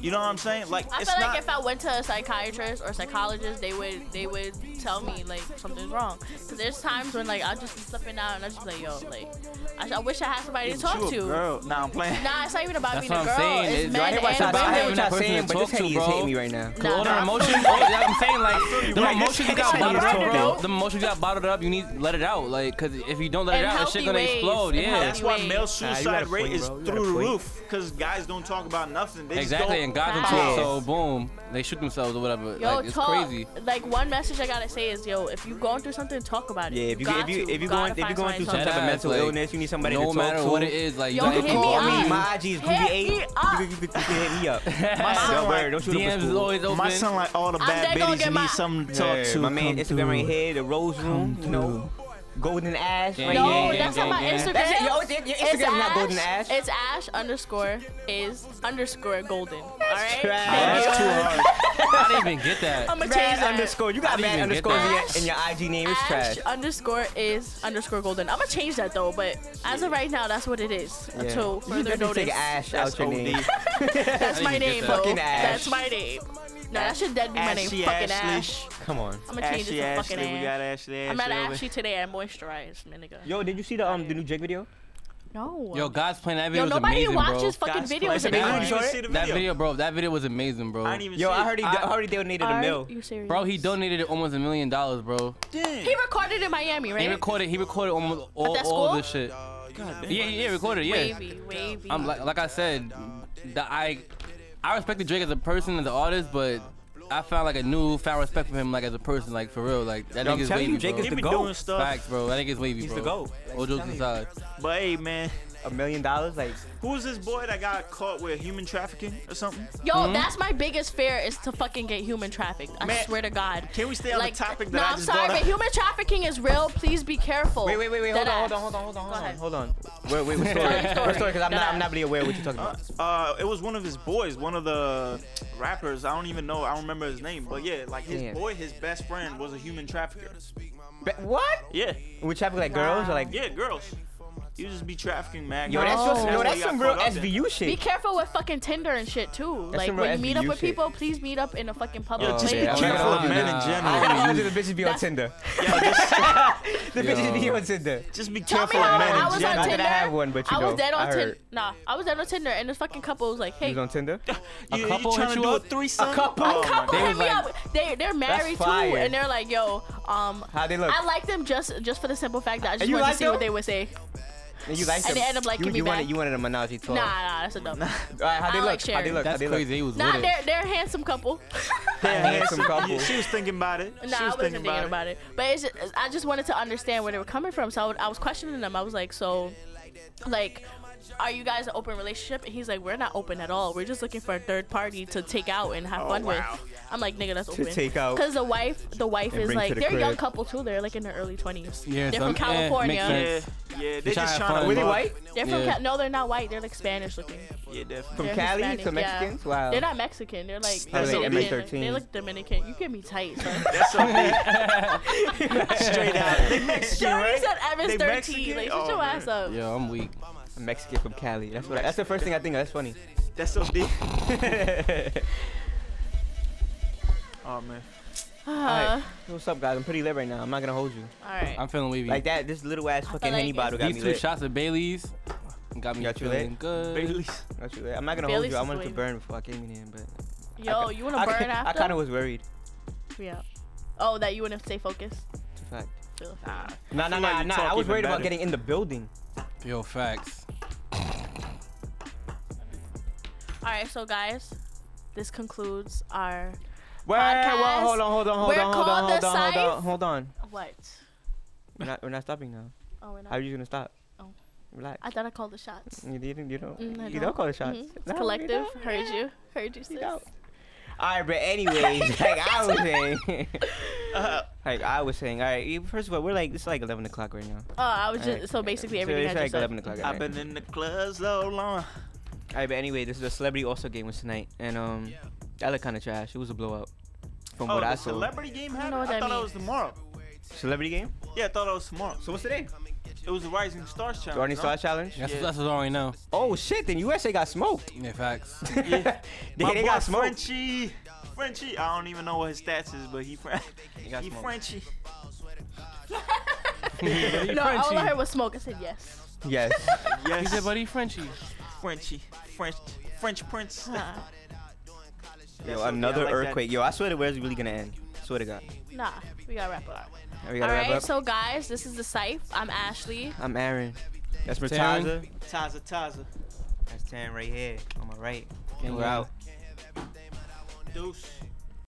You know what I'm saying? Like
I
it's
feel
not.
like if I went to a psychiatrist or psychologist, they would they would tell me like something's wrong. Cause there's times when like I'll just be slipping out and I will just be like yo like I, I wish I had somebody to
Bitch,
talk
you a
to.
Girl, nah, I'm playing.
Nah, it's not even about
That's
being a
what
girl.
I'm saying.
It's
It's-
men
I
I hear
and
what y'all
about
saying. I hear
women.
what
having a
y'all
person
saying,
to
but this
talk to,
Henny is
bro.
hitting me right now.
Nah,
All the
nah.
emotions, all, yeah, I'm saying like the
Right,
emotions you
it's-
got
it's
bottled
hidden,
bro.
up, bro. The emotions you got bottled up, you need to let it out. Like, cause if you don't let it
In
out, that shit
healthy
gonna
ways,
explode.
in
<laughs>
Yeah,
That's why
Wait.
male
Nah, you
suicide
gotta
rate
point,
is
bro. You gotta
through the
point.
roof because guys don't talk about nothing. They
exactly.
Just
And
don't.
guys don't
Facts.
talk, so boom, they shoot themselves or whatever.
Yo,
like, it's
talk.
crazy.
Like one message I gotta say is, yo, if you going through something, talk about it.
Yeah, if you if
got
you
to.
if you going
gotta
if you
find
going through some
somebody
type
to
of
Deadass,
mental
like,
illness, you need somebody
no
to talk
matter
to.
what it is, like
Yo,
you
You
gotta
can
hit
call
me
me.
up.
My IG is
Hit
Goofy Eight.
me
You
up.
can, you can- you can hit me up. Yo,
like-
bird, don't shoot up
DMs
a
is
school.
always open.
My son, like all the
I'm
bad
dead gonna
bitches
get
need
my-
something to
Yeah,
talk to.
My man
Come
Instagram
through.
right here, the Rose Room, you know, Golden Ass
Yeah,
right
No,
here.
yeah,
that's
yeah,
not my
yeah.
Instagram.
That's it, yo, it's- it- your
It's
Instagram's not
Ash-
golden, Ash.
It's Ash underscore is underscore golden. All right.
trash.
Oh,
Thank
that's
you.
too hard.
I didn't even get that.
I'm gonna change
Mad
that.
underscore. You got
I
mad
didn't even get
underscores in your,
that.
in your IG name. It's
Ash
trash.
underscore is underscore golden. I'm gonna change that though, but as of right now, that's what it is.
Yeah.
Until
you
further
better
notice,
take Ash
That's
out your name.
OD.
that's my
I didn't get
name.
that.
though.
Fucking Ash.
That's my name. No, that should dead be my name.
Ashy
Fucking
Ashley.
Ash.
Come on.
I'm gonna change it
Ashley,
to
Ashley,
fucking
we got
Ash.
Ashley.
I'm at
over
Ashy today. I moisturized, my nigga.
Yo, did you see the um the new Drake video?
No.
Yo, God's playing that video
Yo,
was
nobody
amazing, bro.
watches fucking
Guys,
videos
play- I
anymore.
didn't
You saw
even
it?
see the
That
video.
video, bro. That video was amazing, bro.
I didn't even
Yo,
see
I
it.
heard he I heard he donated a
Are
mil.
you serious?
Bro, he donated almost a million dollars, bro.
Damn.
He recorded in Miami, right?
He recorded. He recorded almost all,
that
all
school?
this shit.
God damn.
Yeah, yeah, recorded. Yeah.
Wavy, wavy.
I'm like, like I said, the, I I respected Drake as a person, as an artist, but I found like a new found respect for him, like as a person, like for real, like that
Yo, I'm
nigga's
telling
wavy,
you, Drake
bro.
is
He
the
be
goat.
doing stuff.
Facts, bro. That nigga's wavy,
He's
bro.
the goat.
All jokes aside.
But hey, man,
A million dollars, like
who's this boy that got caught with human trafficking or something?
Yo, that's my biggest fear is to fucking get human trafficked. I
Hmm? Man,
swear to God.
Can we stay on
like,
the topic that
no,
I
I'm
just
sorry,
brought
but
up?
human trafficking is real. Please be careful.
Wait, wait, wait, wait. Hold on, hold
Deadass.
on, hold on, hold on,
Go
hold on,
ahead.
hold on. Wait, wait, what story?
Tell your story.
What story? Because I'm not, I'm not really aware what you're talking about.
Uh, it was one of his boys, one of the rappers. I don't even know. I don't remember his name, but yeah, like his
Damn.
boy, his best friend was a human trafficker.
But what?
Yeah,
We traffic like girls or like?
yeah, girls. You just be trafficking mad.
Yo,
girls.
that's
Oh.
just, yo,
why
that's
he got
some real
caught up in.
SVU
Be
shit.
careful with fucking Tinder and shit too. like
some
when
real
you meet up
SVU
with
shit.
people, please meet up in a fucking public
Yo, just
place.
be
yeah, I'm
careful
not
of men in
gonna
I
general.
gotta know the bitches be on
That's-
Tinder.
Yo, just,
The bitches be on Tinder.
just be
Tell me
careful
how
of
I
men in
was
Not
on
general.
that
Tinder.
I have one, but you
I was
know,
dead on
I
Tinder.
heard.
Nah, I was dead on Tinder, and this fucking couple was like, "Hey,
You was on Tinder?
You, you
couple
trying
hit
to
you
do a
up?
threesome?
A couple?
Oh,
A
my
couple
They
hit
was
me
like-
up. They they're married too,
fire.
and they're like, yo, um,
How they look?
I like them just just for the simple fact that I just
you
wanted
like
to see
them?
what they would say.
And you like
And they end up liking
you,
me
you Wanted,
back.
you wanted a Menage a
Nah, nah, that's a dumb. nah,
Alright, how
I
they
like
look? How they
Sharon.
look? How
That's
they
crazy. He was with it.
they're they're a
<laughs>
handsome couple. <laughs>
Look? Handsome couple.
Yeah, she was thinking about it.
nah,
she
I
was
wasn't thinking, about, it. But it's just, I just wanted to understand where they were coming from, so I, would, I was questioning them. I was like, so, like, are you guys an open relationship? And he's like, we're not open at all. We're just looking for a third party to take out and have
Oh,
fun
wow.
with. I'm like, nigga, that's
To
open.
take out
Because the wife, the wife
and
is
bring to
like,
the
they're a young
crib.
couple too. They're like in their early 20s.
Yeah,
they're
so,
from
eh, makes
California.
sense.
Yeah, yeah, they
tryna
just
have
trying to.
fun.
Were they
Fuck.
white?
They're from
Yeah.
Ca- no, they're not white. They're like Spanish looking.
Yeah, definitely.
From
They're
Cali?
Hispanic,
From
yeah.
Mexicans? Wow. <laughs>
They're not Mexican. They're like
That's
so
Dominican.
deep.
They look Dominican. You get me tight. son.
That's so big. <laughs> Straight out. They <laughs> Mexican,
Sure,
right?
he said Evan's
They
13.
Mexican?
Like, shut
Oh,
your
man.
ass <sighs> up.
Yo, I'm weak.
A Mexican from Cali. That's what. I, that's the first thing I think of. That's funny. <laughs>
That's so deep. <laughs> Oh man.
Uh,
What's up, guys? I'm pretty lit right now. I'm not gonna hold you.
all right.
I'm feeling wavy.
Like that, this little ass fucking
like
henny
it's-
bottle got me
These two
lit.
shots of Bailey's got me
Got you
feeling
lit?
good.
Bailey's.
Got you lit. I'm not gonna hold
Bailey's is
you. I wanted to
wavy.
burn before I came in here, but
Yo,
I,
you want to
I-
burn
I
after?
kind of was worried.
Yeah. Oh, that you wouldn't stay focused.
It's a fact.
Feel-
Ah.
Nah, nah,
feel like
nah,
you
nah.
talk
I was
even
worried about
better.
getting in the building.
Yo, facts.
All right, so guys, this concludes our
Wait,
Podcast.
well, hold on, hold on, hold
We're
on, hold
called
on, hold
the
on, hold
Scythe.
on, hold on.
what?
We're not, we're not stopping now.
Oh, we're not.
How are you gonna stop?
Oh.
Relax.
I thought I called the shots.
You didn't, you don't,
Mm, I
you
don't.
don't call the shots.
Mhm. It's
No, you
collective.
don't.
Heard you. Heard you. Sis.
don't. All right, but anyways, <laughs> like I was saying, <laughs>
Uh,
like I was saying, all right. First of all, we're like it's like eleven o'clock right now.
Oh, I was
Alright.
just so basically
So
everything
it's
I
like
just said.
eleven o'clock.
I've been in the club so long.
All right, but anyway, this is a celebrity also game was tonight, and um, that looked kind of trash. It was a blowout. From
Oh,
what I
the
saw,
celebrity game
don't
happened.
know
I,
what that
thought it
means.
was tomorrow.
celebrity game.
Yeah, I thought it was tomorrow.
So what's today?
It was the Rising Stars challenge.
The Arnie
no?
Star Challenge.
That's,
Yeah.
that's what's on right now.
Oh shit! Then USA got smoked. <laughs>
Yeah, facts.
they,
My
they
boy
got smoked.
Frenchie. Frenchie. I don't even know what his stats is, but he French.
They got
He
smoked.
Frenchie.
<laughs> No, all I heard was smoke. I said
<laughs>
yes.
Yes.
He
Yes.
said, buddy, Frenchie.
Frenchie. French. French Prince.
Nah.
Yo,
That's okay, I
another
like that.
earthquake. Yo, I swear to where's really gonna end. Swear to God.
Nah, we gotta wrap up.
We
All
gotta wrap
right,
up.
so guys, this is the Scythe. I'm Ashley.
I'm Aaron. That's
Taryn.
Murtaza.
Taza Taza.
That's Tan right here on my right.
Gang,
And we're
gang.
out.
Deuce.